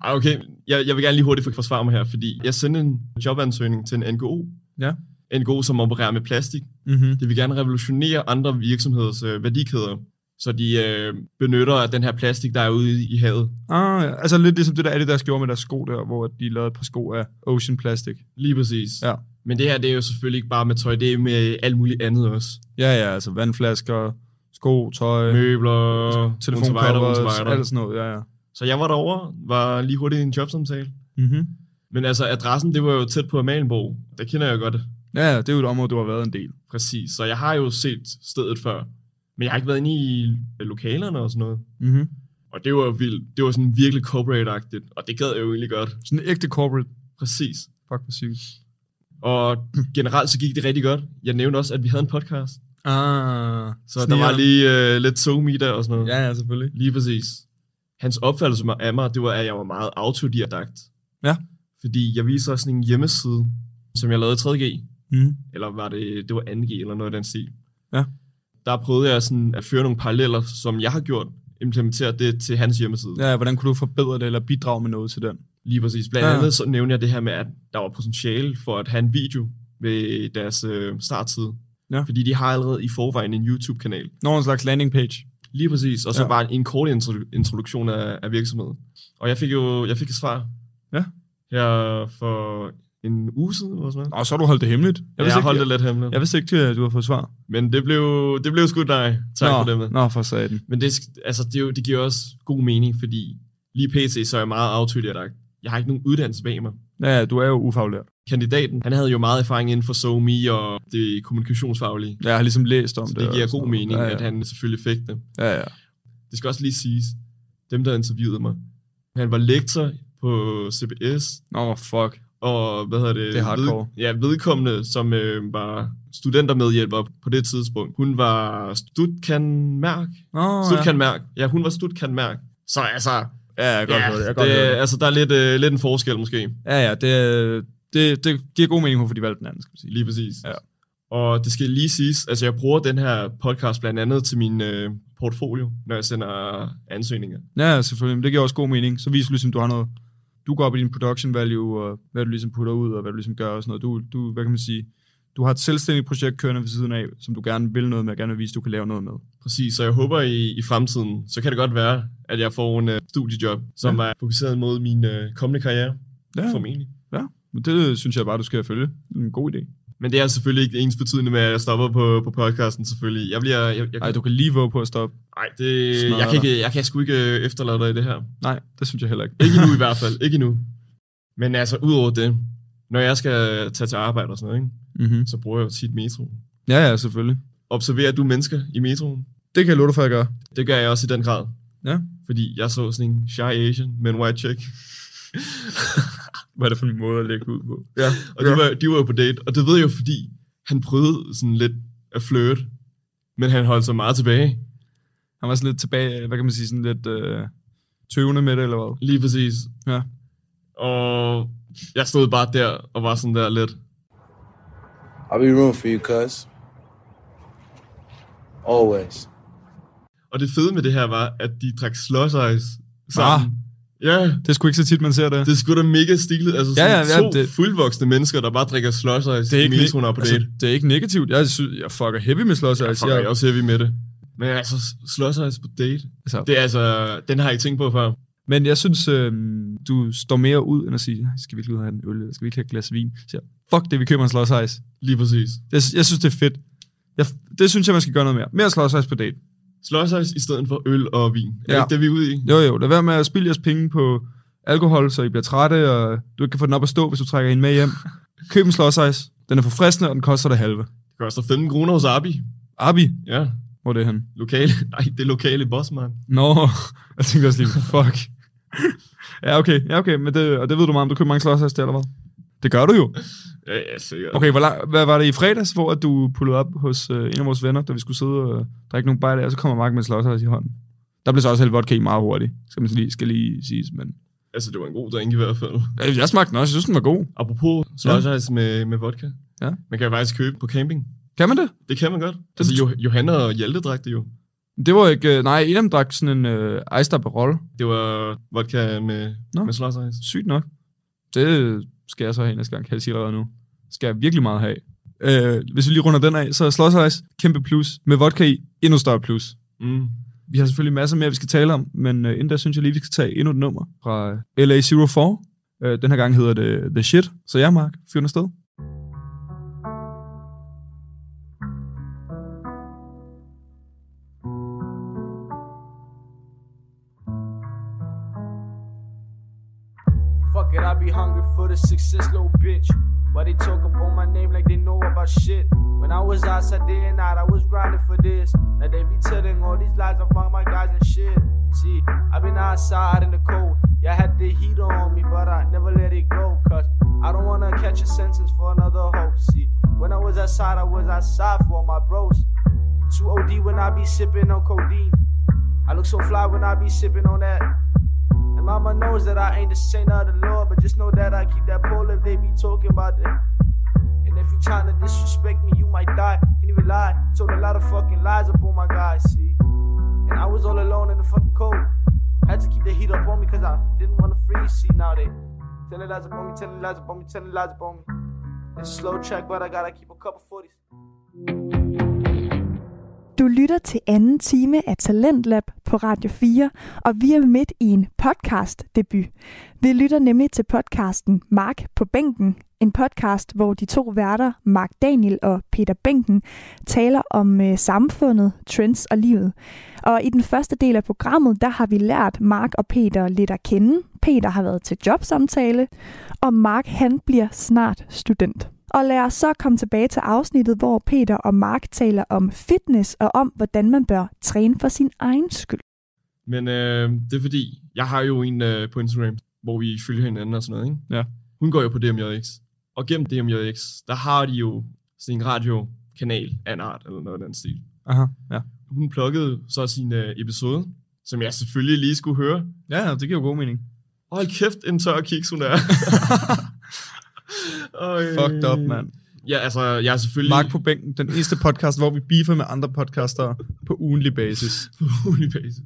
H: Ej, okay. Jeg, jeg vil gerne lige hurtigt forsvare mig her, fordi jeg sendte en jobansøgning til en NGO.
G: Ja.
H: NGO, som opererer med plastik.
G: Mm-hmm.
H: Det vil gerne revolutionere andre virksomheders øh, værdikæder, så de øh, benytter af den her plastik, der er ude i, i havet.
G: Ah, ja. Altså lidt ligesom det der Adidas gjorde med deres sko der, hvor de lavede et par sko af Ocean Plastic.
H: Lige præcis.
G: Ja.
H: Men det her, det er jo selvfølgelig ikke bare med tøj, det er med alt muligt andet også.
G: Ja, ja, altså vandflasker, sko, tøj,
H: Møbler,
G: telefonkopper,
H: motorvejder.
G: alt sådan noget. Ja, ja.
H: Så jeg var derovre, var lige hurtigt i en jobsamtale.
G: Mm-hmm.
H: Men altså, adressen, det var jo tæt på Amalienborg. Der kender jeg godt.
G: Ja, ja, det er jo et område, du har været en del.
H: Præcis. Så jeg har jo set stedet før. Men jeg har ikke været inde i lokalerne og sådan noget.
G: Mm-hmm.
H: Og det var vildt. Det var sådan virkelig corporate-agtigt. Og det gad jeg jo egentlig godt.
G: Sådan en ægte corporate.
H: Præcis.
G: Fuck, hvor sygt.
H: Og generelt så gik det rigtig godt. Jeg nævnte også, at vi havde en podcast.
G: Ah,
H: Så der var lige øh, lidt somi der og sådan noget.
G: Ja, ja, selvfølgelig.
H: Lige præcis. Hans opfattelse af mig, det var, at jeg var meget autodidakt.
G: Ja.
H: Fordi jeg viser også sådan en hjemmeside, som jeg lavede i 3G.
G: Mm.
H: Eller var det, det var 2G eller noget af den stil.
G: Ja.
H: Der prøvede jeg sådan at føre nogle paralleller, som jeg har gjort, implementere det til hans hjemmeside.
G: Ja, hvordan kunne du forbedre det, eller bidrage med noget til den?
H: Lige præcis. Blandt
G: Ja.
H: ja. andet så nævner jeg det her med, at der var potentiale for at have en video ved deres øh, starttid.
G: Ja.
H: Fordi de har allerede i forvejen en YouTube-kanal.
G: Når en slags landing page.
H: Lige præcis. Og så
G: Ja.
H: ja. bare en, en kort intro- introduktion af, af virksomheden. Og jeg fik jo jeg fik et svar.
G: Ja.
H: Her for en uge siden, eller sådan noget.
G: Og så har du holdt det hemmeligt.
H: Jeg, jeg holdt det lidt hemmeligt.
G: jeg vidste ikke, at du har fået svar.
H: Men det blev, det blev sgu dig. Tak
G: nå,
H: for det med.
G: Nå, for satan.
H: Men det, sk- altså, det, er jo- det giver også god mening, fordi lige pt. så er jeg meget autodidakt. Jeg har ikke nogen uddannelse bag mig.
G: Ja, ja, du er jo ufaglært.
H: kandidaten, han havde jo meget erfaring inden for SoMe og det kommunikationsfaglige.
G: Ja, Jeg har ligesom læst om
H: Så
G: det.
H: det
G: og
H: giver
G: sådan
H: god
G: noget.
H: mening,
G: ja, ja.
H: at han selvfølgelig fik det.
G: Ja, ja.
H: Det skal også lige siges, dem der interviewede mig, han var lektor på CBS,
G: Nå, fuck.
H: og hvad hedder det?
G: Det er hardcore.
H: Ved, ja, vedkommende, som øh, var studentermedhjælper på det tidspunkt. Hun var Studkanmærk.
G: Nå,
H: Oh, Studkanmærk. Ja. ja, hun var Studkanmærk. Så altså,
G: ja. ja, jeg kan godt
H: ja,
G: høre det. Jeg
H: det,
G: kan godt høre det.
H: altså der er lidt, øh, lidt en forskel måske.
G: Ja, ja, det, det, det giver god mening, hvorfor de valgte den anden, skal man sige.
H: Lige præcis.
G: Ja.
H: Og det skal lige siges, altså jeg bruger den her podcast blandt andet til min øh, portfolio, når jeg sender ansøgninger.
G: Ja, ja, selvfølgelig, men det giver også god mening. Så viser du ligesom, du har noget, du går op i din production value, og hvad du ligesom putter ud, og hvad du ligesom gør og sådan noget. Du, du hvad kan man sige, du har et selvstændigt projekt kørende ved siden af, som du gerne vil noget med, og gerne vil vise, du kan lave noget med.
H: Præcis, så jeg håber i, i fremtiden, så kan det godt være, at jeg får en øh, studiejob, som ja. er fokuseret mod min øh, kommende karriere, ja. formentlig.
G: men det synes jeg bare, du skal følge. Det er en god idé.
H: Men det er selvfølgelig ikke ens betydende med, at jeg stopper på, på podcasten selvfølgelig. Jeg bliver... Jeg, jeg,
G: Nej, du kan lige våge på at stoppe.
H: Ej, det,
G: Smadrer
H: jeg, kan
G: dig.
H: ikke, jeg kan sgu ikke øh, efterlade dig i det her.
G: Nej, det synes jeg heller ikke.
H: Ikke endnu i hvert fald, ikke endnu. Men altså, udover det, når jeg skal tage til arbejde og sådan noget, ikke,
G: mm-hmm.
H: så bruger jeg jo tit metroen.
G: Ja, ja, selvfølgelig.
H: Observerer du mennesker i metroen?
G: Det kan jeg love dig for, at gøre.
H: Det gør jeg også i den grad.
G: Ja.
H: Fordi jeg så sådan en shy Asian med en white chick.
G: Hvad er det for en måde at lægge ud på?
H: ja. Og de var, de var jo på date. Og det ved jeg jo, fordi han prøvede sådan lidt at flirte. Men han holdt sig meget tilbage.
G: Han var sådan lidt tilbage, hvad kan man sige, sådan lidt øh, tøvende med det, eller hvad?
H: Lige præcis.
G: Ja.
H: Og jeg stod bare der og var sådan der lidt.
K: I'll be room for you, cuz. Always.
H: Og det fede med det her var, at de drak slush ice sammen. Ah. Ja,
G: Det er sgu ikke så tit, man ser det.
H: det er sgu da mega stilet. Altså
G: Ja,
H: sådan ja,
G: ja,
H: ja, to
G: ja, det-
H: fuldvoksne mennesker, der bare drikker slush ice i metroen og på date.
G: altså, det er ikke negativt. Jeg, synes, jeg fucker heavy med slås. altså.
H: Jeg fucker jeg også heavy med det. Men altså, slåsøjs på date,
G: Altså,
H: det er altså, den har jeg ikke tænkt på før.
G: Men jeg synes, øh, du står mere ud, end at sige, "Ej, skal vi ikke ud og have en øl, eller skal vi ikke have et glas vin? Så siger, jeg, fuck det, vi køber en slås ice.
H: Lige præcis.
G: Jeg, sy- jeg synes, det er fedt. Jeg, det synes jeg, man skal gøre noget mere. Mere slås ice på date.
H: sløjsejs i stedet for øl og vin. Er
G: Ja.
H: ja. det det, vi er ude i?
G: Jo, jo. Lad være med at spilde jeres penge på alkohol, så I bliver trætte, og du ikke kan få den op at stå, hvis du trækker hende med hjem. Køb en slåsejs. Den er forfriskende, og den koster det halve.
H: Det koster 15 kroner hos Abi.
G: Abi,
H: Ja,
G: hvor er det hen?
H: lokale. Nej, det er lokale bossmand.
G: Nå, jeg tænkte også lige, fuck. ja, okay, ja, okay, men det, og det ved du meget om, du køber mange slåsejs til, eller hvad? Det gør du jo.
H: Ja, ja, sikkert.
G: Okay, hvor lang, hvad var det i fredags, hvor at du pullede op hos øh, en af vores venner, da vi skulle sidde og drikke nogle bajer, og så kommer Mark med en slåsejs i hånden. Der blev så også hældt vodka i meget hurtigt, skal man lige, skal lige sige, men
H: Altså, det var en god drink i hvert fald.
G: Øh, jeg smagte den også, jeg synes, den var god.
H: Apropos sløjsejs med, med vodka.
G: Ja.
H: Man kan jo faktisk købe på camping.
G: Kan man det?
H: Det kan man godt. Altså, jo, Johanna og Hjalte drak det jo.
G: Det var ikke... øh, Nej, en af dem drak sådan en øh, Ice Barol.
H: Det var vodka med,
G: Nå.
H: med sløjsejs.
G: Sygt nok. Det skal jeg så have næste gang, kan jeg sige allerede nu. Skal jeg virkelig meget have. Øh, hvis vi lige runder den af, så er Slåsajs kæmpe plus. Med vodka i, endnu større plus.
H: Mm.
G: Vi har selvfølgelig masser mere, vi skal tale om, men øh, inden da synes jeg lige, vi skal tage endnu et nummer fra LA04. Øh, den her gang hedder det The Shit. Så ja, Mark, fyr den afsted.
K: Fuck it, I be hungry for the success, little bitch. Why they talk about my name like they know about shit? When I was outside day and night, I was grinding for this. Now they be telling all these lies about my guys and shit. See, i been outside in the cold. Yeah, I had the heat on me, but I never let it go. Cause I don't wanna catch a sentence for another hoe. See, when I was outside, I was outside for my bros. 2OD when I be sipping on codeine. I look so fly when I be sipping on that. And mama knows that I ain't the saint of the Lord, but just know that I keep that pole if they be talking about it. And if you tryna disrespect me, you might die. Can't even lie. Told a lot of fucking lies up on my guys, see. And I was all alone in the fucking cold. Had to keep the heat up on me because I didn't want to freeze. See, now they telling lies upon me, telling lies upon me, telling lies upon me. It's a slow track, but I gotta keep a couple 40s.
A: Du lytter til anden time af Talentlab på Radio 4, og vi er midt i en podcast debut. Vi lytter nemlig til podcasten Mark på bænken, en podcast, hvor de to værter, Mark Daniel og Peter Bænken, taler om øh, samfundet, trends og livet. Og i den første del af programmet, der har vi lært Mark og Peter lidt at kende. Peter har været til jobsamtale, og Mark han bliver snart student. Og lad os så komme tilbage til afsnittet, hvor Peter og Mark taler om fitness og om, hvordan man bør træne for sin egen skyld.
H: Men øh, det er fordi, jeg har jo en øh, på Instagram, hvor vi følger hinanden og sådan noget, ikke?
G: Ja.
H: Hun går jo på DMJX. Og gennem DMJX, der har de jo sådan en radiokanal af en art, eller noget af den stil.
G: Aha, ja.
H: Hun plukkede så sin øh, episode, som jeg selvfølgelig lige skulle høre.
G: Ja, det giver jo god mening.
H: Hold kæft, en tør kiks hun er. Øj.
G: Fucked up, mand.
H: Øh, Ja, altså, jeg er selvfølgelig...
G: Mark på bænken, den eneste podcast, hvor vi beefer med andre podcaster på ugenlig basis.
H: Unibase.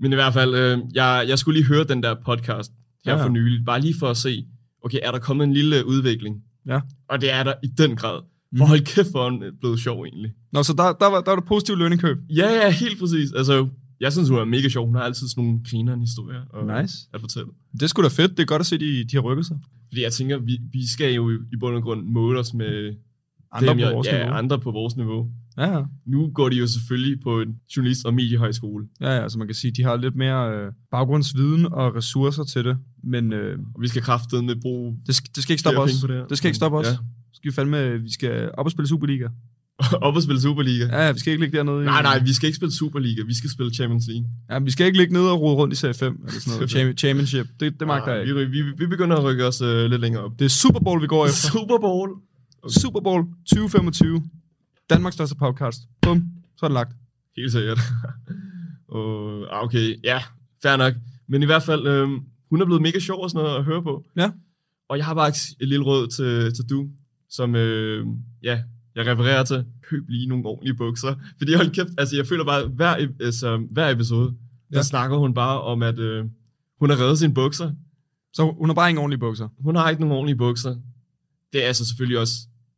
H: Men i hvert fald, øh, jeg, jeg skulle lige høre den der podcast her
G: Ja.
H: ja. for nylig, bare lige for at se, okay, er der kommet en lille udvikling?
G: Ja. Mhm.
H: Og det er der i den grad. For hold kæft, hvor er den blevet sjov egentlig.
G: Nå, så der, der, var, der var det positive lønnekøb.
H: Ja, ja, helt præcis. Altså, jeg synes, hun er mega sjov. Hun har altid sådan nogle grinerne historier og
G: Nice.
H: at fortælle.
G: Det er sgu da fedt. Det er godt at se, de, de har rykket sig.
H: Fordi jeg tænker, vi, vi skal jo i bund og grund måle os med
G: Andre
H: dem,
G: på
H: jeg-
G: vores
H: ja,
G: niveau.
H: andre på vores niveau.
G: Ja, ja.
H: Nu går de jo selvfølgelig på en journalist- og mediehøjskole.
G: Ja, ja, så man kan sige, de har lidt mere øh, baggrundsviden og ressourcer til det, men øh,
H: Og vi skal kraftedeme bruge
G: det, sk- det skal ikke stoppe
H: flere
G: os.
H: penge på det her.
G: Det skal ikke stoppe os.
H: Ja.
G: Ja. Skal vi, fandme, øh, vi skal op og spille Superliga.
H: op og spille Superliga.
G: Ja, ja, vi skal ikke ligge dernede. i-
H: Nej, nej, vi skal ikke spille Superliga, vi skal spille Champions League.
G: Ja, vi skal ikke ligge nede og rode rundt i serie 5 eller sådan noget. Champ- Championship. Det, det magter jeg
H: Nej,
G: ikke.
H: Ah, vi, vi, vi begynder at rykke os øh, lidt længere op.
G: Det er Super Bowl, vi går efter.
H: Super Bowl.
G: Super Bowl 2025. Danmarks største podcast. Bum. Så er det lagt.
H: Helt sikkert. og, ah, okay, ja, fair nok. Men i hvert fald, øh, hun er blevet mega sjov og sådan noget at høre på.
G: Ja.
H: Og jeg har bare et lille råd til, til du, som øh, ja, jeg refererer til. Køb lige nogle ordentlige bukser. Fordi hold kæft, altså jeg føler bare, at hver, ep- altså, hver episode, ja.
G: Ja.
H: der snakker hun bare om, at øh, hun har reddet sine bukser.
G: Så hun har bare ingen ordentlige bukser.
H: hun har ikke nogen ordentlige bukser. Det er altså selvfølgelig også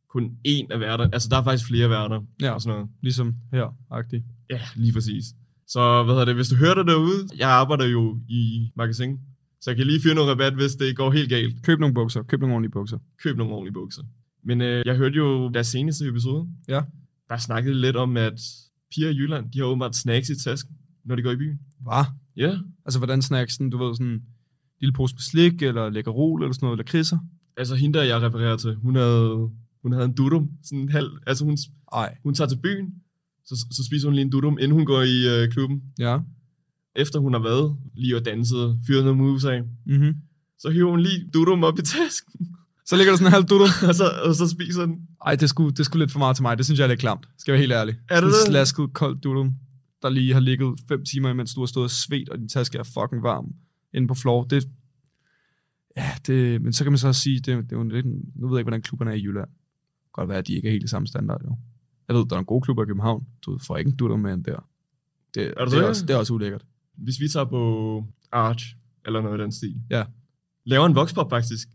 H: kun én af værter. Altså, der er faktisk flere værter
G: Ja.
H: og sådan noget.
G: Ligesom her, agtig.
H: Ja, lige præcis. Så hvad hedder det, hvis du hører det derude, jeg arbejder jo i magasin, så jeg kan lige fyre noget rabat, hvis det går helt galt.
G: Køb nogle bukser. Køb nogle ordentlige bukser.
H: Køb nogle ordentlige bukser. Men øh, jeg hørte jo deres seneste episode.
G: Ja.
H: Der snakkede lidt om, at piger i Jylland, de har åbenbart snacks i tasken, når de går i byen.
G: Hvad?
H: Ja.
G: Altså, hvordan snacksen, du ved, sådan en lille pose med slik, eller lækkerol, eller sådan noget, eller krisser?
H: Altså hende der, jeg refererer til, hun havde, hun havde en dudum. Sådan en halv, altså hun,
G: Ej.
H: hun tager til byen, så, så spiser hun lige en dudum, inden hun går i øh, klubben.
G: Ja.
H: Efter hun har været lige og danset, fyret noget moves af.
G: Mm-hmm.
H: Så hiver hun lige dudum op i tasken,
G: Så ligger der sådan en halv dudum.
H: og så, og så spiser den.
G: Ej, det skulle, det skulle lidt for meget til mig. Det synes jeg er lidt klamt. Skal jeg være helt ærlig.
H: Er
G: sådan
H: det
G: en
H: det?
G: slasket, kold dudum, der lige har ligget 5 timer, imens du har stået og svedt, og din taske er fucking varm inde på floor. Det, ja, det, men så kan man så også sige, det, det er jo lidt, en- nu ved jeg ikke, hvordan klubberne er i Jylland. Det kan Godt være, at de ikke er helt i samme standard, jo. Jeg ved, der er nogle gode klubber i København. Du får ikke en dudum med end der. Det, er det, det, er
H: sikker?
G: også, det er også ulækkert.
H: Hvis vi tager på Arch, eller noget i den stil.
G: Ja.
H: Laver en voxpop faktisk.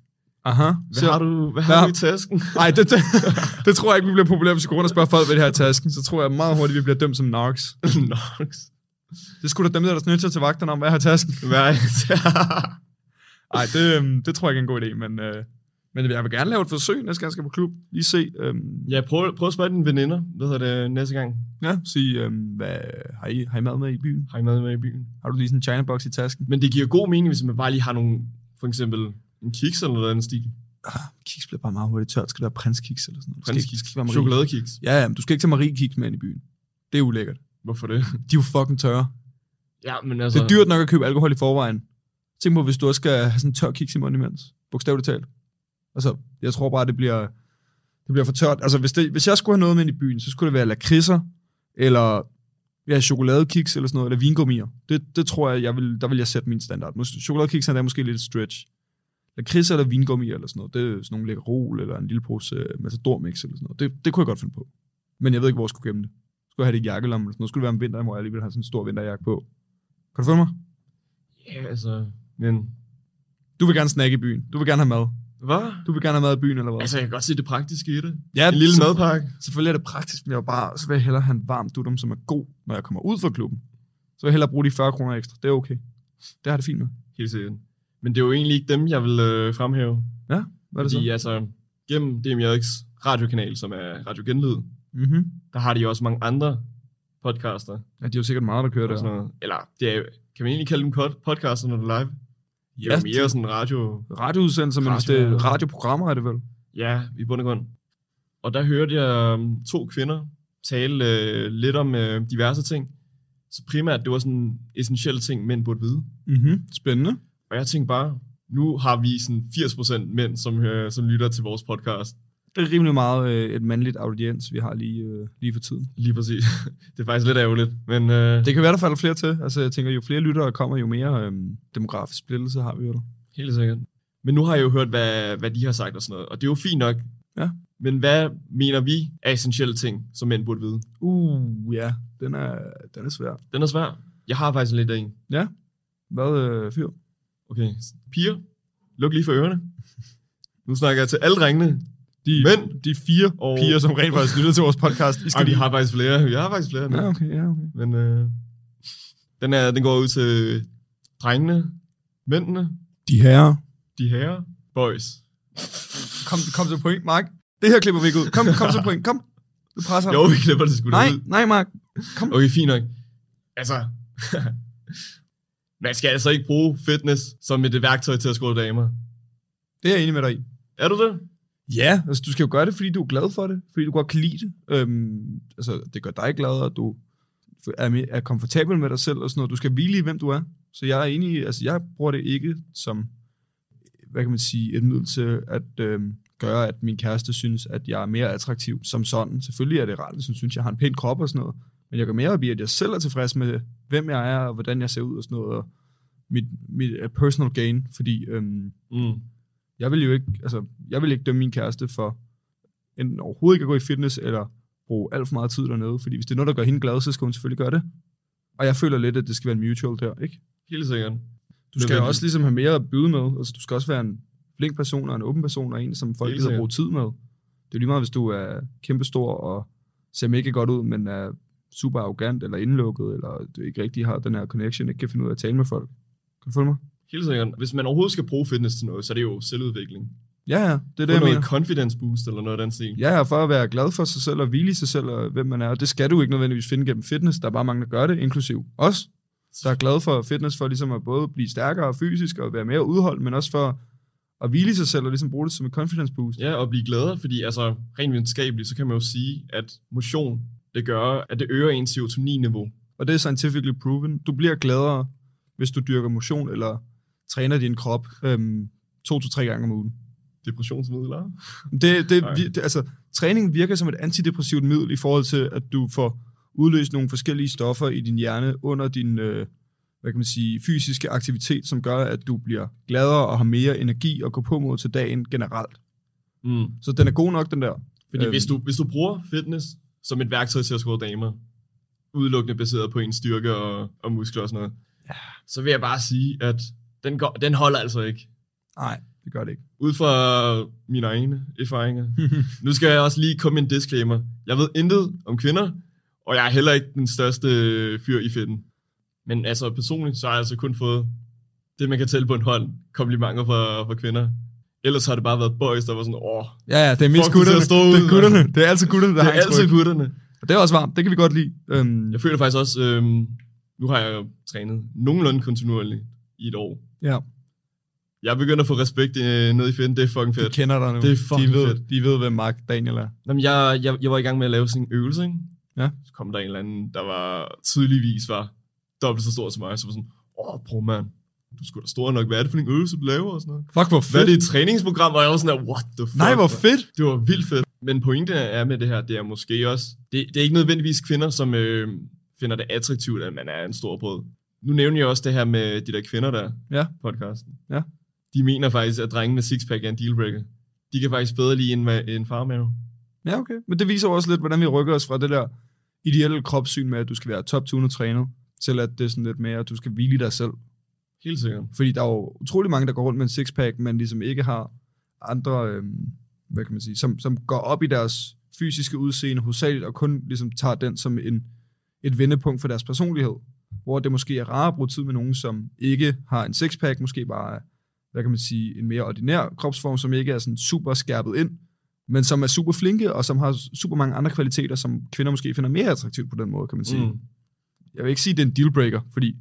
G: Aha.
H: Hvad
G: så-
H: har du, hvad
G: Hvad-
H: har du i tasken?
G: Nej, det, det, det, tror jeg ikke, vi bliver populære, hvis vi går rundt og spørger folk, hvad det her er i tasken. Så tror jeg meget hurtigt, vi bliver dømt som narks.
H: Nox.
G: Det skulle da dem, der er nødt til at tage vagterne om, hvad jeg har i tasken.
H: Hvad?
G: Nej, det, øhm, det tror jeg ikke er en god idé, men, øh, men jeg vil gerne lave et forsøg, næste gang jeg skal på klub. Lige se, øhm,
H: ja, prøv, prøv at spørge dine veninder, hvad hedder det, næste gang.
G: ja, sige, øhm, hvad, har, I, har I mad med i byen?
H: Har I mad med i byen?
G: Har du lige sådan en china box i tasken?
H: Men det giver god mening, hvis man bare lige har nogle, for eksempel en kiks eller noget andet stil.
G: Ah. Kiks bliver bare meget hurtigt tørt. Skal det være prinskiks eller sådan noget? Skal-
H: Prinskiks,
G: skal det være Marie-
H: chokoladekiks.
G: Ja, ja, men du skal ikke tage Marie-kiks med ind i byen. Det er ulækkert.
H: Hvorfor det?
G: De er jo fucking tørre.
H: Ja, men altså...
G: Det er dyrt nok at købe alkohol i forvejen. Tænk på, hvis du også skal have sådan en tør kiks i munden imens. Bogstaveligt talt. Altså, jeg tror bare, det bliver, det bliver for tørt. Altså, hvis, det, hvis jeg skulle have noget med ind i byen, så skulle det være lakridser, eller ja, chokoladekiks eller sådan noget, eller vingummier. Det, det tror jeg, jeg vil, der vil jeg sætte min standard. Mås- Chokoladekiks er der måske lidt stretch. Lakridser eller vingummier eller sådan noget, det er sådan nogle lækker rol, eller en lille pose øh, matadormix eller sådan noget. Det, det kunne jeg godt finde på. Men jeg ved ikke, hvor jeg skulle gemme det. Skulle jeg have det i jakkelommen eller sådan noget? Skulle det være om vinteren, hvor jeg alligevel har sådan en stor vinterjakke på? Kan du følge mig?
H: Ja, altså... Men...
G: Du vil gerne snakke i byen. Du vil gerne have mad.
H: Hvad?
G: Du vil gerne have mad i byen, eller hvad?
H: Altså, jeg kan godt se det praktiske i det.
G: ja,
H: En lille
G: selvfø-
H: madpakke.
G: Selvfølgelig er det praktisk, men jeg vil bare, så vil jeg hellere have en varm dudum, som er god, når jeg kommer ud fra klubben. Så vil jeg hellere bruge de 40 kroner ekstra. Det er okay. Det har jeg det fint med.
H: Helt sikkert. Men det er jo egentlig ikke dem, jeg vil øh, fremhæve.
G: Hvad er det så?
H: Fordi altså, gennem DMJX radiokanal, som er Radio Genlyd,
G: Mm-hmm.
H: der har de jo også mange andre podcaster.
G: Ja, de er jo sikkert meget, der kører
H: Og
G: der.
H: sådan noget. Eller det er, jo- kan man egentlig kalde dem pod- podcaster, når du er live? Det er
G: Ja,
H: jo mere sådan radio,
G: Radioudsendelser, men hvis det
H: Radio-
G: er radioprogrammer, er det vel?
H: ja, i bund og grund. Og der hørte jeg um, to kvinder tale øh, lidt om øh, diverse ting. Så primært, det var sådan essentielle ting, mænd burde vide.
G: Mm-hmm. Spændende.
H: Og jeg tænkte bare, nu har vi sådan 80% mænd, som, øh, som lytter til vores podcast.
G: Det er rimelig meget øh, et mandligt audiens, vi har lige, øh, lige for tiden.
H: Lige præcis. det er faktisk lidt ærgerligt, men... Øh,
G: Det kan være, der falder flere til. Altså, jeg tænker, jo flere lyttere kommer, jo mere øh, demografisk splittelse har vi jo der.
H: Helt sikkert. Men nu har jeg jo hørt, hvad, hvad de har sagt og sådan noget, og det er jo fint nok.
G: Ja.
H: Men hvad mener vi er essentielle ting, som mænd burde vide?
G: Uh, ja. Den er, den er svær.
H: Den er svær. Jeg har faktisk lidt af en.
G: Hvad, øh, fyr?
H: Okay. Piger, luk lige for ørerne. Nu snakker jeg til alle drengene.
G: De,
H: Mænd.
G: de fire og...
H: Og-
G: piger, som rent faktisk lytter til vores podcast, I
H: Ej,
G: skal
H: vi
G: lige...
H: har faktisk flere. Jeg har faktisk flere.
G: Ja,
H: Ja.
G: okay, ja, okay.
H: Men øh, den, er, den går ud til drengene, mændene,
G: De herrer.
H: de herrer, boys.
G: Kom, kom til point, Mark. Det her klipper vi ikke ud. Kom, kom til point, kom. Du presser ham.
H: Jo, vi klipper det sgu da
G: Nej,
H: ud.
G: nej, Mark.
H: Okay, fint nok. Altså, man skal altså ikke bruge fitness som et værktøj til at score damer.
G: Det er jeg enig med dig i.
H: Er du det?
G: Ja, altså du skal jo gøre det, fordi du er glad for det. Fordi du godt kan lide det. Øhm, altså, det gør dig glad, og du er, mere, er komfortabel med dig selv og sådan noget. Du skal hvile i, hvem du er. Så jeg er enig i, altså jeg bruger det ikke som, hvad kan man sige, et middel til at øhm, gøre, at min kæreste synes, at jeg er mere attraktiv som sådan. Selvfølgelig er det rart, hvis hun synes, jeg har en pæn krop og sådan noget. Men jeg går mere op i, at jeg selv er tilfreds med, hvem jeg er, og hvordan jeg ser ud og sådan noget. Og mit, mit øh, personal gain, fordi... Øhm,
H: Mm.
G: jeg vil jo ikke, altså, jeg vil ikke dømme min kæreste for enten overhovedet ikke at gå i fitness, eller bruge alt for meget tid dernede, fordi hvis det er noget, der gør hende glad, så skal hun selvfølgelig gøre det. Og jeg føler lidt, at det skal være en mutual der, ikke?
H: Helt sikkert.
G: Du skal jo
H: Nødvendigt.
G: også ligesom have mere at byde med. Altså, du skal også være en flink person og en åben person, og en, som folk
H: Helt
G: gider
H: sikkert.
G: bruge tid med. Det er jo lige meget, hvis du er kæmpestor og ser mega godt ud, men er super arrogant eller indlukket, eller du ikke rigtig har den her connection, ikke kan finde ud af at tale med folk. Kan du følge mig?
H: Helt sikkert. Hvis man overhovedet skal bruge fitness til noget, så er det jo selvudvikling.
G: Ja, ja, det er
H: Få
G: det, jeg
H: noget
G: mener.
H: confidence boost eller noget af den stil.
G: Ja, og for at være glad for sig selv og hvile i sig selv og hvem man er. Og det skal du ikke nødvendigvis finde gennem fitness. Der er bare mange, der gør det, inklusiv os, der er glad for fitness for ligesom at både blive stærkere fysisk og være mere udholdt, men også for at hvile i sig selv og ligesom bruge det som et confidence boost.
H: Ja, og blive gladere, fordi altså, rent videnskabeligt, så kan man jo sige, at motion, det gør, at det øger ens serotonin-niveau.
G: Og det er scientifically proven. Du bliver gladere, hvis du dyrker motion eller træner din krop øhm, to til tre gange om ugen.
H: Depressionsmidler?
G: Det, det,
H: Nej.
G: vi, det, altså, træning virker som et antidepressivt middel i forhold til, at du får udløst nogle forskellige stoffer i din hjerne under din øh, hvad kan man sige, fysiske aktivitet, som gør, at du bliver gladere og har mere energi og går på mod til dagen generelt.
H: Mm.
G: Så den er god nok, den der.
H: Fordi
G: Øhm.
H: hvis, du, hvis du bruger fitness som et værktøj til at score damer, udelukkende baseret på ens styrke og, og muskler og sådan noget, ja. så vil jeg bare sige, at den, går, den holder altså ikke.
G: Nej, det gør det ikke.
H: Ud fra mine egne erfaringer. nu skal jeg også lige komme med en disclaimer. Jeg ved intet om kvinder, og jeg er heller ikke den største fyr i fedten. Men altså personligt, så har jeg altså kun fået det, man kan tælle på en hånd, komplimenter fra, fra kvinder. Ellers har det bare været boys, der var sådan, åh,
G: Ja, ja, det er mest
H: Fuck, du ser
G: gutterne.
H: stor ud,
G: Det er gutterne.
H: mand.
G: Det er altid gutterne, der
H: det
G: har
H: er altid
G: gutterne.
H: gutterne.
G: Og det er også varmt, det kan vi godt lide. Øhm,
H: Jeg føler faktisk også, øhm, nu har jeg jo trænet nogenlunde kontinuerligt i et år.
G: ja,
H: Jeg begynder at få respekt øh, nede i fjenden, det er fucking
G: de
H: fedt.
G: kender dig nu.
H: Det er fucking
G: de ved,
H: fedt.
G: De ved, hvem Mark Daniel er.
H: Nå, men jeg, jeg, jeg var i gang med at lave sådan en øvelse, ikke?
G: Ja.
H: Så kom der en eller anden, der var tydeligvis var dobbelt så stor som mig, så var sådan, åh, bror mand, du skulle da stor nok, hvad er det for en øvelse, du laver og sådan noget?
G: Fuck, hvor
H: Hvad er
G: fedt.
H: det et træningsprogram, hvor jeg var sådan der, what the fuck?
G: Nej, hvor
H: mand?"
G: fedt.
H: Det var vildt fedt. Men pointen er med det her, det er måske også, det, det er ikke nødvendigvis kvinder, som øh, finder det attraktivt, at man er en stor brød. Nu nævner jeg også det her med de der kvinder der,
G: Ja.
H: podcasten.
G: Ja.
H: De mener faktisk, at drenge med sixpack er en dealbreaker. De kan faktisk bedre lide en, ma- en farmave.
G: Ja, okay. Men det viser jo også lidt, hvordan vi rykker os fra det der ideelle kropssyn med, at du skal være top-tunet trænet, til at det er sådan lidt mere, at du skal hvile i dig selv.
H: Helt sikkert.
G: Fordi der er jo utrolig mange, der går rundt med en sixpack, men ligesom ikke har andre, øhm, hvad kan man sige, som, som går op i deres fysiske udseende hovedsageligt, og kun ligesom tager den som en, et vendepunkt for deres personlighed. Hvor det måske er rarere at bruge tid med nogen, som ikke har en sixpack, måske bare er, hvad kan man sige, en mere ordinær kropsform, som ikke er sådan super skærpet ind, men som er super flinke, og som har super mange andre kvaliteter, som kvinder måske finder mere attraktivt på den måde, kan man sige. Mm.
H: Mm.
G: Jeg vil ikke sige, at det er en dealbreaker, fordi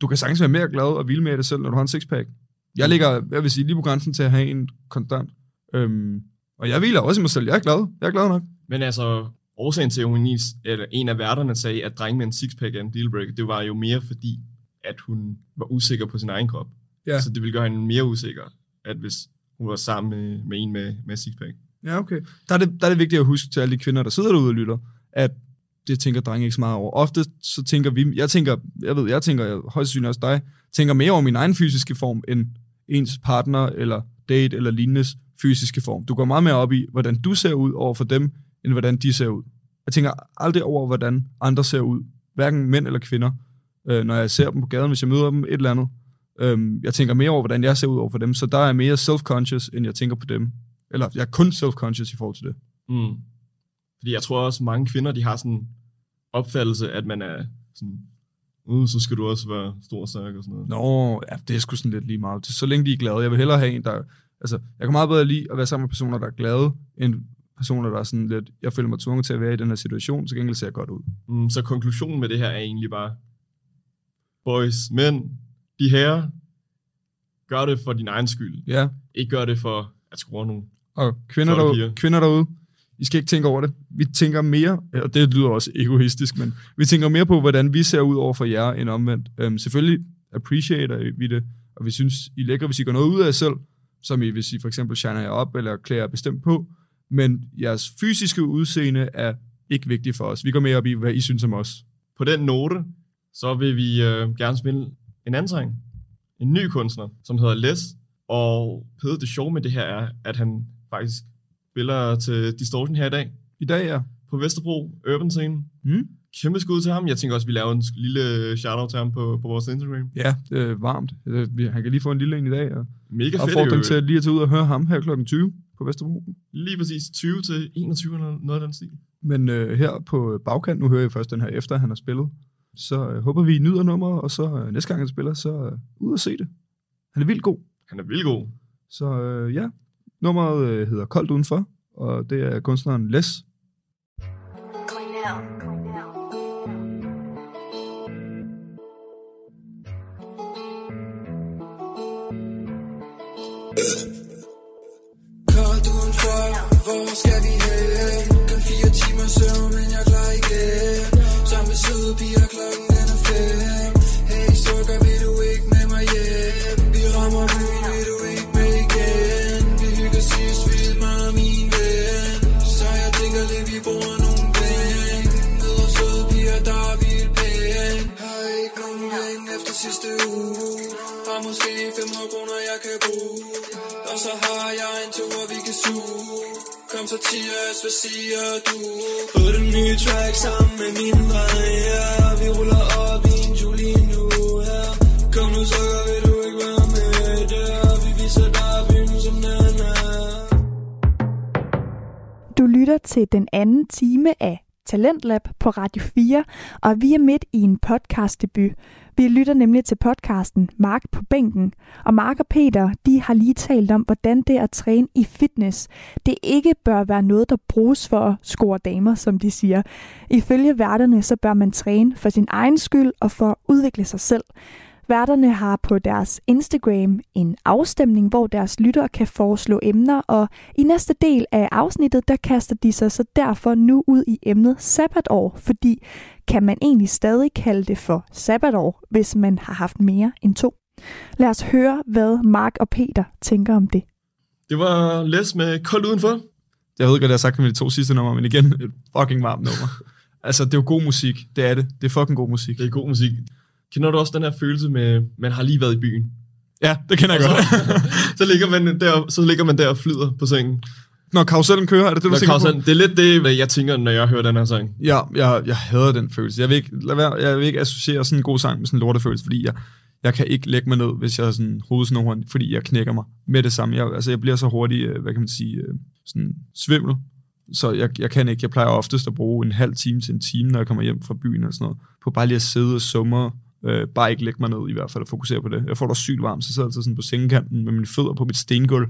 G: du kan sagtens være mere glad og hvile med dig selv, når du har en sixpack. Jeg ligger, jeg vil sige, lige på grænsen til at have en konstant. Øhm, og jeg hviler også i mig selv. Jeg er glad. Jeg er glad nok.
H: Men altså, årsagen til, at hun i- eller en af værterne sagde, at drenge med en sixpack er en dealbreaker, det var jo mere fordi, at hun var usikker på sin egen krop.
G: Ja.
H: Så det ville gøre hende mere usikker, at hvis hun var sammen med, med en med, med sixpack.
G: Ja, okay. Der er, det, der er det vigtigt at huske til alle de kvinder, der sidder derude og lytter, at det tænker drenge ikke så meget over. Ofte så tænker vi, jeg tænker, jeg ved, jeg tænker, jeg, højst sandsynligt også dig, tænker mere over min egen fysiske form, end ens partner eller date eller lignes fysiske form. Du går meget mere op i, hvordan du ser ud over for dem, end hvordan de ser ud. Jeg tænker aldrig over, hvordan andre ser ud, hverken mænd eller kvinder, øh, når jeg ser dem på gaden, hvis jeg møder dem, et eller andet. Øhm, jeg tænker mere over, hvordan jeg ser ud over for dem, så der er jeg mere self-conscious, end jeg tænker på dem. Eller jeg er kun self-conscious i forhold til det.
H: Mm. Fordi jeg tror også, mange kvinder, de har sådan opfattelse, at man er sådan, uh, så skal du også være stor og stærk og sådan noget.
G: Nå, ja, det er sgu sådan lidt lige meget. Så længe de er glade. Jeg vil hellere have en, der... Altså, jeg kan meget bedre lide at være sammen med personer, der er glade, end personer, der er sådan lidt... Jeg føler mig tvunget til at være i den her situation, så gengæld ser jeg godt ud.
H: Mm, så konklusionen med det her er egentlig bare, boys, mænd, de her, gør det for din egen skyld.
G: Ja,
H: Ikke gør det for at score nogen.
G: og kvinder,
H: Flotte
G: der,
H: piger.
G: kvinder derude, I skal ikke tænke over det. Vi tænker mere, og det lyder også egoistisk, men vi tænker mere på, hvordan vi ser ud over for jer, end omvendt. Øhm, selvfølgelig appreciater vi det, og vi synes, I er lækre, hvis I gør noget ud af jer selv, som I, hvis I for eksempel shiner jer op, eller klæder jer bestemt på, men jeres fysiske udseende er ikke vigtigt for os. Vi går mere op i, hvad I synes om os.
H: På den note, så vil vi øh, gerne spille en anden sang. En ny kunstner, som hedder Les. Og Pede, det sjove med det her er, at han faktisk spiller til Distortion her i dag.
G: I dag er...
H: På Vesterbro, Urban Scene.
G: Mm.
H: Kæmpe skud til ham. Jeg tænker også, vi laver en sk- lille shout-out til ham på, på vores Instagram.
G: Ja, det er varmt. Øh, vi- Han kan lige få en lille en i dag, og
H: Mega fedt.
G: opfordring
H: i
G: til
H: øvrigt.
G: lige at tage ud og høre ham her kl. 20 på Vesterbro.
H: Lige præcis 20 til 21 eller noget af den stil.
G: Men øh, her på bagkant, nu hører jeg først den her efter, han har spillet, så øh, håber vi, I nyder nummeret, og så øh, næste gang han spiller, så øh, ud og se det. Han er vildt god.
H: Han er vildt god.
G: Så øh, ja, Nummeret øh, hedder Koldt Udenfor, og det er kunstneren Les.
L: Koldt udenfor, hvor skal vi hen? Kun fire timer søvn, men jeg er klar igen Sammen med søde piger, klokken den er fem Hey sukker, vil du ikke med mig hjem? Vi rammer byen, vil du ikke med igen? Vi hygger sidst, vildt mig og min ven Så jeg tænker lidt, vi bruger nogle penge Møder søde piger, der er vildt pæne Har ikke nogen penge efter sidste uge Har måske 500 kroner, jeg kan bruge Og så har jeg en tur, vi kan suge Kom så til os, hvad siger du? På den nye track sammen med mine drenge Vi ruller op i en Julie nu her Kom nu sukker, vil du ikke være med der Vi viser dig byen, som den er
A: Du lytter til den anden time af Talentlab på Radio 4, og vi er midt i en podcastdebut. Vi lytter nemlig til podcasten Mark på bænken, og Mark og Peter de har lige talt om, hvordan det at træne i fitness, det ikke bør være noget, der bruges for at score damer, som de siger. Ifølge værterne, så bør man træne for sin egen skyld og for at udvikle sig selv. Værterne har på deres Instagram en afstemning, hvor deres lyttere kan foreslå emner, og i næste del af afsnittet, der kaster de sig så derfor nu ud i emnet sabbatår, fordi kan man egentlig stadig kalde det for sabbatår, hvis man har haft mere end to? Lad os høre, hvad Mark og Peter tænker om det.
G: Det var Les med Kold Udenfor. Jeg ved ikke, hvad jeg har sagt med de to sidste numre, men igen, et fucking varmt nummer. altså, det er jo god musik. Det er det. Det er fucking god musik.
H: Det er god musik. Kender du også den her følelse med, man Øh, har lige været i byen?
G: Ja, det kender jeg godt.
H: så, ligger man der, så ligger man der og flyder på sengen.
G: Når karusellen kører, er det det, du
H: Når
G: tænker
H: Carlsen,
G: på?
H: det er lidt det, hvad jeg tænker, når jeg hører den her sang.
G: Ja, jeg, jeg hader den følelse. Jeg vil, ikke, lad være, jeg vil ikke associere sådan en god sang med sådan en lortefølelse, fordi jeg, jeg kan ikke lægge mig ned, hvis jeg har sådan hovedsnoren, fordi jeg knækker mig med det samme. Jeg, altså, jeg bliver så hurtig, øh, hvad kan man sige, øh, sådan svimmel, så jeg, jeg kan ikke. Jeg plejer oftest at bruge en halv time til en time, når jeg kommer hjem fra byen og sådan noget, på bare lige at sidde og summe, øh, bare ikke lægge mig ned i hvert fald og fokusere på det. Jeg får da sygt varmt, så jeg sidder altid sådan på sengekanten med mine fødder på mit stengulv,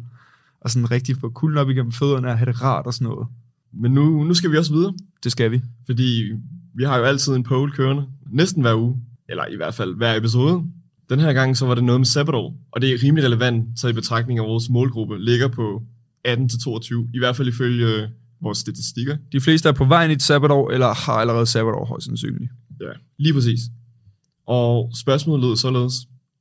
G: og sådan rigtig få kulden op igennem fødderne og have det rart og sådan noget.
H: Men nu, nu skal vi også videre,
G: Det skal vi.
H: fordi vi har jo altid en poll kørende. Næsten hver uge, eller i hvert fald hver episode. Den her gang, så var det noget med sabbatår, og det er rimelig relevant, så i betragtning af vores målgruppe ligger på 18-22, i hvert fald ifølge øh, vores statistikker.
G: De fleste er på vej ind i et sabbatår, eller har allerede sabbatår højst sandsynligt.
H: Ja, lige præcis. Og spørgsmålet lød således,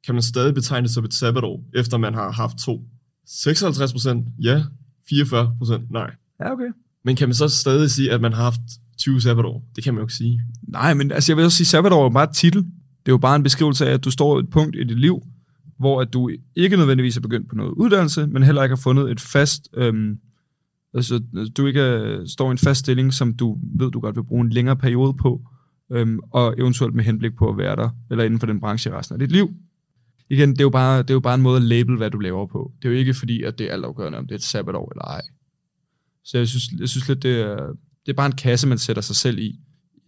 H: kan man stadig betegne det som et sabbatår, efter man har haft to? 56 procent ja, 44 procent nej.
G: Ja, okay.
H: Men kan man så stadig sige, at man har haft 20 sabbatår? Det kan man jo ikke sige.
G: Nej, men altså, jeg vil også sige, sabbatår er jo bare et titel. Det er jo bare en beskrivelse af, at du står et punkt i dit liv, hvor at du ikke nødvendigvis er begyndt på noget uddannelse, men heller ikke har fundet et fast... Øhm, altså, du ikke øh, står i en fast stilling, som du ved, du godt vil bruge en længere periode på, øhm, og eventuelt med henblik på at være der, eller inden for den branche resten af dit liv. Igen, det er, jo bare, det er jo bare en måde at label, hvad du laver på. Det er jo ikke fordi, at det er altafgørende, om det er et sabbatår eller ej. Så jeg synes, jeg synes lidt, det er, det er bare en kasse, man sætter sig selv i,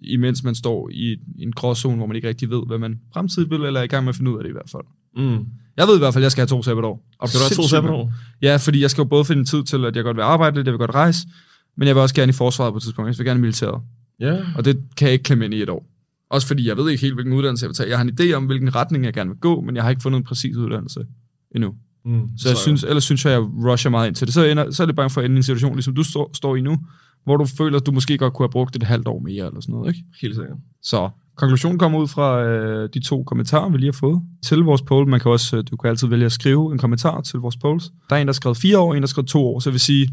G: imens man står i en gråzone, hvor man ikke rigtig ved, hvad man fremtidigt vil, eller er i gang med at finde ud af det i hvert fald.
H: Mm.
G: Jeg ved i hvert fald, at jeg skal have to sabbatår. Og
H: Skal du have to
G: sindssygt,
H: sabbatår?
G: mand. Ja, fordi jeg skal jo både finde tid til, at jeg godt vil arbejde lidt, jeg vil godt rejse, men jeg vil også gerne i forsvaret på et tidspunkt. Jeg vil gerne i militæret.
H: Ja.
G: Og det kan jeg ikke klemme ind i et år. Også fordi jeg ved ikke helt, hvilken uddannelse jeg vil tage. Jeg har en idé om, hvilken retning jeg gerne vil gå, men jeg har ikke fundet en præcis uddannelse endnu.
H: Mm.
G: Så jeg synes, ellers synes jeg, jeg rusher meget ind til det. Så, ender, så er det bange for at ende i en situation, ligesom du står, står i nu, hvor du føler, at du måske godt kunne have brugt et halvt år mere eller sådan noget. Ikke?
H: Helt sikkert.
G: Så konklusionen kommer ud fra øh, de to kommentarer, vi lige har fået til vores poll. Man kan også, øh, du kan altid vælge at skrive en kommentar til vores polls. Der er en, der har skrevet fire år, en, der har skrevet to år. Så jeg vil sige,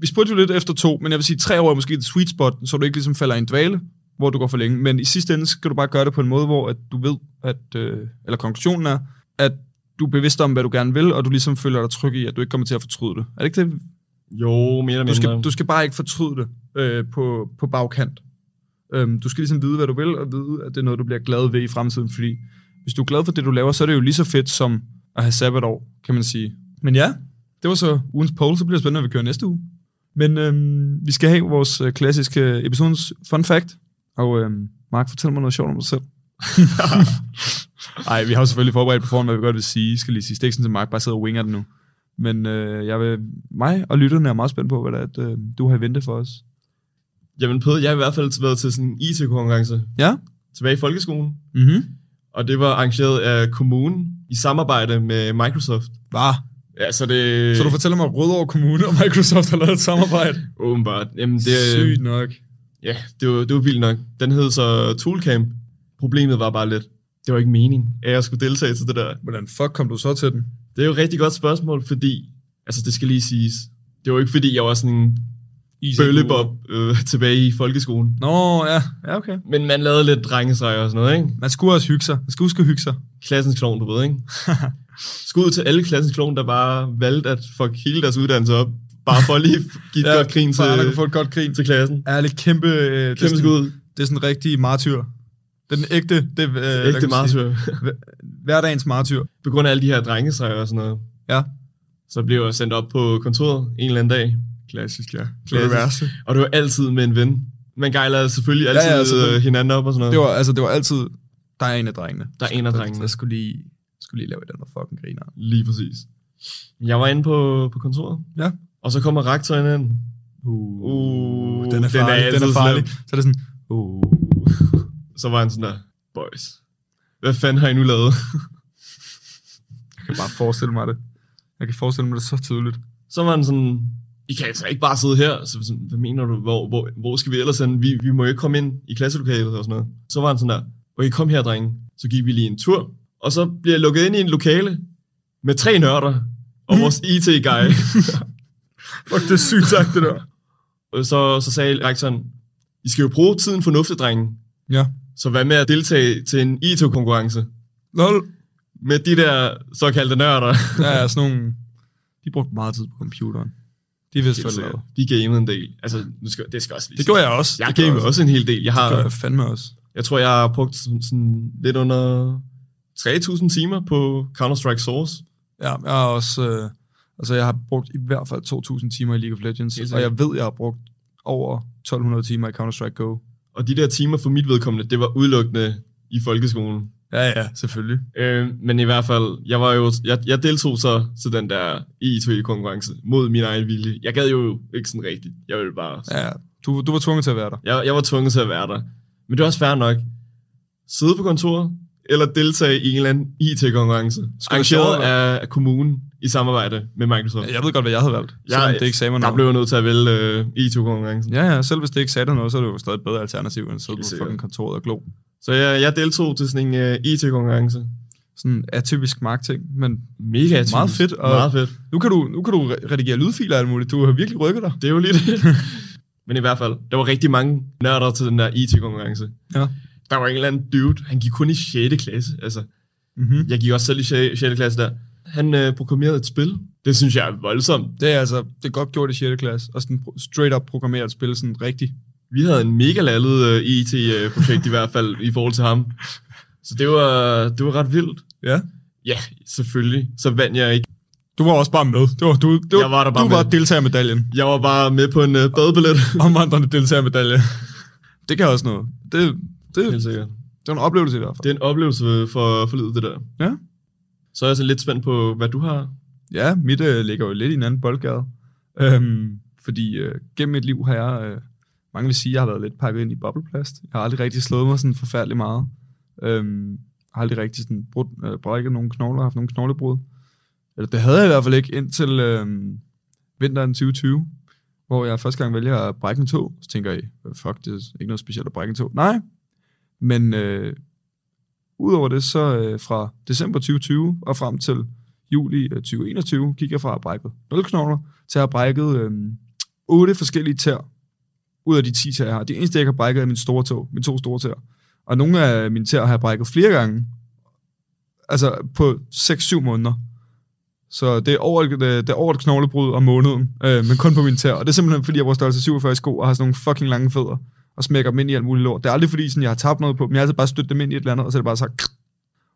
G: vi spurgte jo lidt efter to, men jeg vil sige, tre år er måske et sweet spot, så du ikke ligesom falder i en dvale, hvor du går for længe. Men i sidste ende skal du bare gøre det på en måde, hvor at du ved, at, øh, eller konklusionen er, at du er bevidst om, hvad du gerne vil, og du ligesom føler dig tryg i, at du ikke kommer til at fortryde det. Er det ikke det,
H: Jo, mere eller mindre.
G: du skal, du skal bare ikke fortryde det øh, på, på bagkant. Øhm, du skal ligesom vide, hvad du vil, og vide, at det er noget, du bliver glad ved i fremtiden, fordi hvis du er glad for det, du laver, så er det jo lige så fedt som at have sabbatår, kan man sige. Men ja, det var så ugens poll, så bliver det spændende, hvad vi kører næste uge. Men øhm, vi skal have vores øh, klassiske episodens fun fact, og øhm, Mark, fortæl mig noget sjovt om dig selv. Nej, vi har jo selvfølgelig forberedt på forhånd, hvad vi godt vil sige. Jeg skal lige sige, det er ikke sådan, at Mark bare sidder og winger det nu. Men øh, jeg vil, mig og lytterne er meget spændt på, hvad det er, at, øh, du har i vente for os.
H: Jamen Peder, jeg har i hvert fald været til sådan en IT-konkurrence.
G: Ja.
H: Tilbage i folkeskolen.
G: Mm-hmm.
H: Og det var arrangeret af kommunen i samarbejde med Microsoft.
G: Var?
H: Ja, så det...
G: Så du fortæller mig, at Rødovre Kommune og Microsoft har lavet et samarbejde?
H: Åbenbart. Jamen, det,
G: Sygt nok.
H: Ja, det var, det var vildt nok. Den hed så Toolcamp. Problemet var bare lidt, det var ikke meningen, at jeg skulle deltage til det der.
G: Hvordan fuck kom du så til den?
H: Det er jo et rigtig godt spørgsmål, fordi, altså det skal lige siges, det var ikke fordi, jeg var sådan en bøllebob øh, tilbage i folkeskolen.
G: Nå, ja. Ja, okay.
H: Men man lavede lidt drengesrejer og sådan noget, ikke?
G: Man skulle også hygge sig. Man skulle huske at hygge sig.
H: Klassens klovn, du ved, ikke? Skud til alle klassens klovn, der bare valgte at fuck hele deres uddannelse op. Bare for lige at give ja, Øh, godt grin til,
G: Bare, der kunne få et godt grin.
H: til klassen.
G: Ærligt, kæmpe... Øh, det er sådan-
H: skud.
G: Det er sådan en rigtig martyr. Det er den ægte... Det, er, øh, hvad kan man
H: Ægte
G: sige?
H: martyr.
G: Hverdagens martyr.
H: På grund af alle de her drengesrejer og sådan noget.
G: Ja.
H: Så blev jeg sendt op på kontoret en eller anden dag.
G: Klassisk, ja.
H: Klassisk.
G: Klassisk.
H: Og det var altid med en ven. Man gejler selvfølgelig
G: Ja,
H: altid
G: ja,
H: ja,
G: selvfølgelig.
H: ja, hinanden op og sådan noget.
G: Det var, altså, det var altid... Der er en af drengene.
H: Der er en af drengene.
G: Jeg skulle lige, skulle lige lave et eller andet fucking griner.
H: Lige præcis. Jeg var inde på, på kontoret.
G: Ja.
H: Og så kommer rektoren ind.
G: Uh,
H: Uh,
G: den er farlig. Den er,
H: altid
G: farlig.
H: slem.
G: Så er det sådan... Uh,
H: Så var han sådan der, boys, hvad fanden har I nu lavet?
G: jeg kan bare forestille mig det. Jeg kan forestille mig det så tydeligt.
H: så var han sådan, I kan altså ikke bare sidde her. Så var jeg sådan, hvad mener du, hvor, hvor, hvor skal vi ellers hen? Vi, vi må jo ikke komme ind i klasselokalet og sådan noget. Så var han sådan der, okay, kom her, drenge. Så gik vi lige en tur, og så bliver jeg lukket ind i en lokale med tre nørder og vores IT-guy.
G: Fuck, det er sygt sagt, det der.
H: Og så, så sagde rektoren, I skal jo bruge tiden fornuftigt, drenge.
G: Ja.
H: Så hvad med at deltage til en IT-konkurrence
G: Lol.
H: med de der såkaldte nørder?
G: Der er sådan nogle... De brugte meget tid på computeren. De vidste, hvad de lavede.
H: De gamede en del. Altså, nu skal, det skal også lige
G: Det gjorde jeg også.
H: Jeg
G: det
H: gamede også en hel del. Jeg
G: Det gjorde
H: har,
G: jeg fandme også.
H: Jeg tror, jeg har brugt sådan, sådan lidt under 3.000 timer på Counter-Strike Source.
G: Ja, jeg har også... Øh, altså, jeg har brugt i hvert fald 2.000 timer i League of Legends,
H: Helt
G: og
H: sikkert.
G: jeg ved, jeg har brugt over 1.200 timer i Counter-Strike Go.
H: Og de der timer for mit vedkommende, det var udelukkende i folkeskolen.
G: Ja, ja, selvfølgelig.
H: Øh, men i hvert fald, jeg, var jo, jeg, jeg deltog så til den der E2-konkurrence mod min egen vilje. Jeg gad jo ikke sådan rigtigt. Jeg ville bare...
G: Ja, ja. du, du var tvunget til at være der.
H: Jeg, jeg var tvunget til at være der. Men det er også fair nok. Sidde på kontoret, eller deltage i en eller anden IT-konkurrence. Arrangeret
G: sjovere
H: af af kommunen i samarbejde med Microsoft.
G: Jeg ved godt, hvad jeg havde valgt,
H: Ja,
G: selvom det ikke sagde mig
H: Der
G: noget.
H: blev jeg nødt til at vælge øh, E2-konkurrencen.
G: Ja, ja, selv hvis det ikke sagde dig noget, så er det jo stadig et bedre alternativ, end at sidde
H: Helt
G: på
H: sikkert.
G: fucking kontoret og glo.
H: Så jeg, jeg deltog til sådan en uh, IT-konkurrence.
G: Sådan atypisk markting, men
H: Mega atypisk.
G: Meget fedt, og-
H: Og... Meget fedt.
G: nu kan du, nu kan du re- redigere lydfiler og alt muligt. Du har virkelig rykket dig.
H: Det er jo lige det. Men i hvert fald, der var rigtig mange nørder til den der IT-konkurrence.
G: Ja.
H: Der var en eller anden dude, han gik kun i 6. klasse. Altså,
G: Mm-hmm.
H: jeg gik også selv i 6. 6. klasse der. Han øh, programmerede et spil. Det synes jeg er voldsomt.
G: Det er altså det er godt gjort i 6. klasse, og sådan pro- straight up programmere et spil sådan rigtigt.
H: Vi havde en mega lallet øh, IT-projekt i hvert fald i forhold til ham. Så det var, det var ret vildt.
G: Ja.
H: Ja, selvfølgelig. Så vandt jeg ikke.
G: Du var også bare med. Det var, du, det var,
H: Jeg var der bare
G: du var
H: med.
G: deltagermedaljen.
H: Jeg var bare med på en øh, badebillet.
G: Omvandrende deltagermedalje. Det kan også noget. Det, det,
H: Helt sikkert.
G: det var en oplevelse i hvert fald.
H: Det er en oplevelse for, for livet, det der.
G: Ja.
H: Så er jeg så lidt spændt på, hvad du har.
G: Ja, mit øh, ligger jo lidt i en anden boldgade. Øhm, fordi øh, gennem mit liv har jeg, øh, mange vil sige, at jeg har været lidt pakket ind i bobleplast. Jeg har aldrig rigtig slået mig sådan forfærdelig meget. Øhm, jeg har aldrig rigtig sådan brudt, øh, brækket nogen knogler, haft nogen knoglebrud. Eller det havde jeg i hvert fald ikke indtil øh, vinteren 2020, hvor jeg første gang vælger at brække en tog. Så tænker jeg, "Øh, fuck, det er ikke noget specielt at brække en tog. Nej, men øh, udover det, så øh, fra december 2020 og frem til juli øh, 2021 gik jeg fra at have brækket 0 knogler til at have brækket øh, 8 forskellige tær ud af de 10 tær, jeg har. Det eneste, jeg ikke har brækket, er min store tog, mine to store tær. Og nogle af mine tær har jeg brækket flere gange. Altså på 6-7 måneder. Så det er over, et- øh, det er over et knoglebrud om måneden, øh, men kun på mine tær. Og det er simpelthen, fordi jeg bruger størrelse 47 i sko og har sådan nogle fucking lange fødder og smækker dem ind i alt muligt lort. Det er aldrig fordi, sådan, jeg har tabt noget på dem. Jeg har altid bare stødt dem ind i et eller andet, og så er det bare så...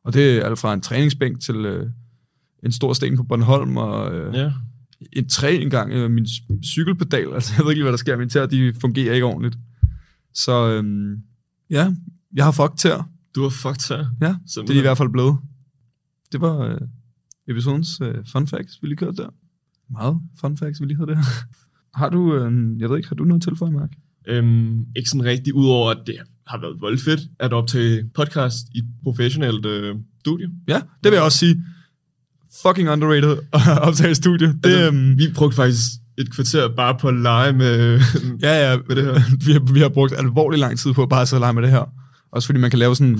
G: Og det er alt fra en træningsbænk til øh, en stor sten på Bornholm, og øh,
H: Ja.
G: et træ engang, øh, min c- cykelpedal, altså jeg ved ikke, lige, hvad der sker, mine tæer, de fungerer ikke ordentligt. Så øhm, ja, jeg har fucked tæer.
H: Du har fucked her.
G: Ja, det er de i
H: Simpelthen.
G: hvert fald blevet. Det var øh, episodens øh, fun facts, vi lige kørte der. Meget fun facts, vi lige havde der. Har du, øh, jeg ved ikke, har du noget at tilføje, Mark?
H: Øhm, ikke sådan rigtigt, udover at det har været voldt fedt at optage podcast i et professionelt øh, studie.
G: Ja, det vil jeg også sige. Fucking underrated at optage i studie. Det,
H: Altså,
G: øhm,
H: Vi brugte faktisk et kvarter bare på at lege med...
G: ja, ja, med det her. vi, har, vi har brugt alvorlig lang tid på bare at sidde og lege med det her. Også fordi man kan lave sådan,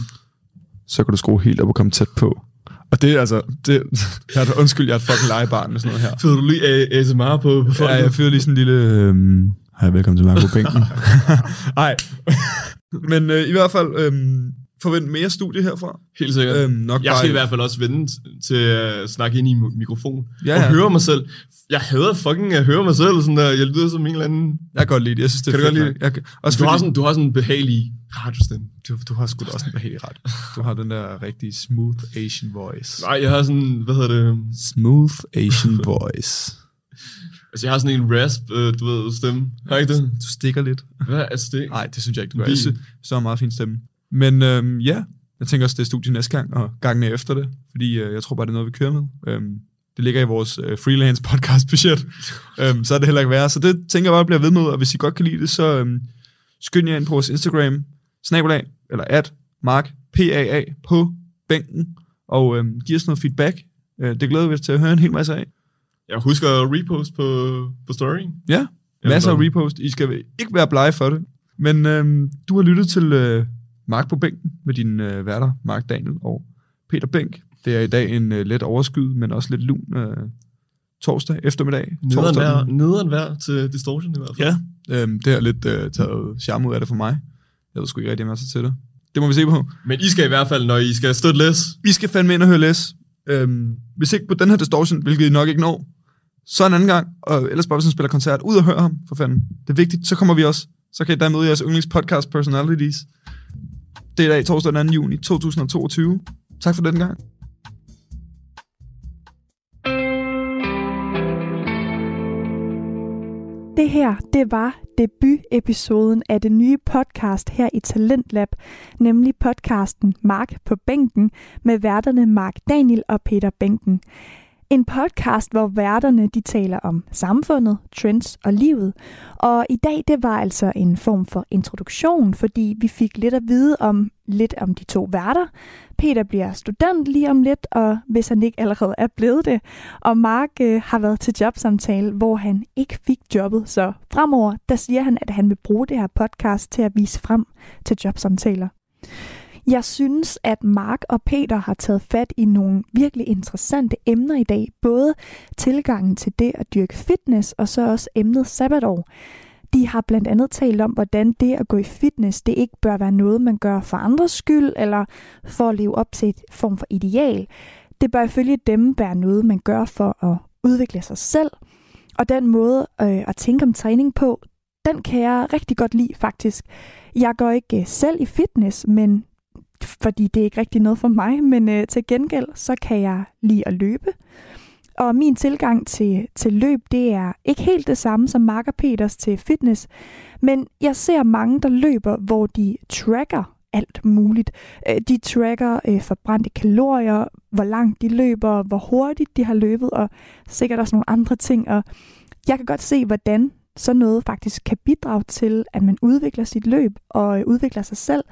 G: så kan du skrue helt op og komme tæt på. Og det er altså, det, jeg er da- undskyld, jeg er et fucking legebarn med sådan noget her.
H: Fyrede du lige A- ASMR på, på folk?
G: Ja, jeg fyrede lige sådan en lille... Øhm, hej, velkommen til Marco Bænken. Nej. Men øh, i hvert fald, øhm, forvent mere studie herfra.
H: Helt sikkert.
G: Øhm, nok
H: jeg
G: bare-
H: skal i hvert fald også vende t- til at snakke ind i mi- mikrofon.
G: Ja,
H: Ja, ja.
G: ja.
H: Og høre mig selv. Jeg hader fucking at høre mig selv. Sådan der. Jeg lyder som en eller anden...
G: Jeg kan godt lide det. Jeg synes, det
H: kan
G: er
H: du godt
G: fedt
H: lide
G: nok. Jeg, kan-
H: også du, fordi... har
G: fordi-
H: sådan, du har sådan en behagelig radiostemme.
G: Du, du har sgu da også en behagelig ret. Du har den der rigtig smooth Asian voice.
H: Nej, jeg har sådan... Hvad hedder det?
G: Smooth Asian voice.
H: Altså, jeg har sådan en rasp, øh, du ved, stemme. Har jeg ikke det?
G: Du stikker lidt.
H: Hvad er det?
G: Nej, det synes jeg ikke, du gør.
H: Bil.
G: Jeg synes, så er meget fin stemme. Men øhm, ja, jeg tænker også, det er studie næste gang, og gangen efter det. Fordi øh, jeg tror bare, det er noget, vi kører med. Øhm, det ligger i vores øh, freelance podcast budget. øhm, så er det heller ikke værre. Så det tænker jeg bare, bliver ved med. Og hvis I godt kan lide det, så øhm, skynd jer ind på vores Instagram. Snabelag, eller at Mark PAA på bænken. Og øhm, giv os noget feedback. Øh, det glæder vi os til at høre en hel masse af.
H: Jeg husker repost på, på storyen.
G: Ja,
H: Eller
G: masser af
H: sådan.
G: repost. I skal ikke være blege for det. Men øhm, du har lyttet til øh, Mark på bænken med din øh, værter, Mark Daniel og Peter Bænk. Det er i dag en øh, let overskyet, men også lidt lun øh, torsdag eftermiddag.
H: Nederen
G: Torsdag
H: vejr,
G: den-
H: nederen vejr til Distortion i hvert fald.
G: Ja, øhm, det har lidt øh, taget charme ud af det for mig. Jeg ved sgu ikke rigtig masser til det. Det må vi se på.
H: Men I skal i hvert fald, når I skal støtte læs,
G: I skal fandme ind og høre Les. Øhm, hvis ikke på den her distortion, hvilket I nok ikke når, så en anden gang, og ellers bare hvis han spiller koncert, ud og hør ham, for fanden. Det er vigtigt, så kommer vi også. Så kan I der møde jeres yndlingspodcast personalities. Det er i dag torsdag den 2. juni 2022. Tak for den gang.
A: Det her, det var debutepisoden af det nye podcast her i Talentlab, nemlig podcasten Mark på bænken med værterne Mark Daniel og Peter Bænken. En podcast, hvor værterne de taler om samfundet, trends og livet. Og i dag, det var altså en form for introduktion, fordi vi fik lidt at vide om lidt om de to værter. Peter bliver student lige om lidt, og hvis han ikke allerede er blevet det. Og Mark øh, har været til jobsamtale, hvor han ikke fik jobbet, så fremover, der siger han, at han vil bruge det her podcast til at vise frem til jobsamtaler. Jeg synes, at Mark og Peter har taget fat i nogle virkelig interessante emner i dag. Både tilgangen til det at dyrke fitness, og så også emnet sabbatår. De har blandt andet talt om, hvordan det at gå i fitness, det ikke bør være noget, man gør for andres skyld, eller for at leve op til et form for ideal. Det bør ifølge dem være noget, man gør for at udvikle sig selv. Og den måde øh, at tænke om træning på, den kan jeg rigtig godt lide faktisk. Jeg går ikke øh, selv i fitness, men fordi det er ikke rigtig noget for mig, men øh, til gengæld så kan jeg lide at løbe. Og min tilgang til, til løb, det er ikke helt det samme som Mark og Peters til fitness, men jeg ser mange, der løber, hvor de tracker alt muligt. Øh, De tracker øh, forbrændte kalorier, hvor langt de løber, hvor hurtigt de har løbet, og sikkert også nogle andre ting. Og jeg kan godt se, hvordan sådan noget faktisk kan bidrage til, at man udvikler sit løb og øh, udvikler sig selv.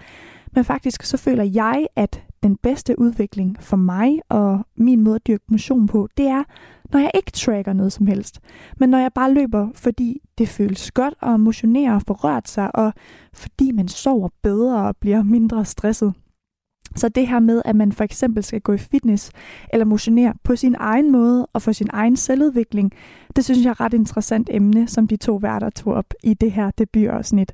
A: Men faktisk så føler jeg, at den bedste udvikling for mig og min måde at dyrke motion på, det er, når jeg ikke tracker noget som helst. Men når jeg bare løber, fordi det føles godt at motionere og få rørt sig, og fordi man sover bedre og bliver mindre stresset. Så det her med, at man for eksempel skal gå i fitness eller motionere på sin egen måde og for sin egen selvudvikling, det synes jeg er et ret interessant emne, som de to værter tog op i det her debutafsnit.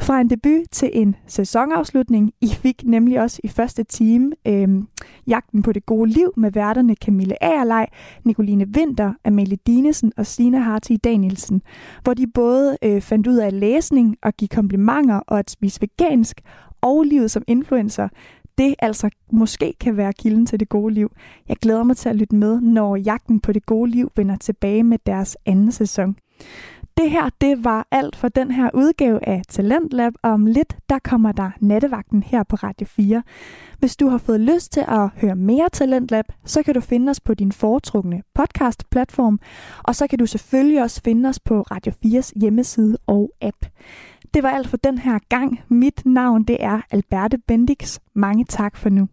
A: Fra en debut til en sæsonafslutning. I fik nemlig også i første time øhm, Jagten på det gode liv med værterne Camille Agerlej, Nicoline Vinter, Amalie Dinesen og Sina Hartig Danielsen, hvor de både øh, fandt ud af læsning og give komplimenter og at spise vegansk og livet som influencer, det altså måske kan være kilden til det gode liv. Jeg glæder mig til at lytte med, når Jagten på det gode liv vender tilbage med deres anden sæson. Det her, det var alt for den her udgave af Talentlab. Og om lidt, der kommer der nattevagten her på Radio 4. Hvis du har fået lyst til at høre mere Talentlab, så kan du finde os på din foretrukne podcast-platform. Og så kan du selvfølgelig også finde os på Radio 4's hjemmeside og app. Det var alt for den her gang. Mit navn, det er Alberte Bendix. Mange tak for nu.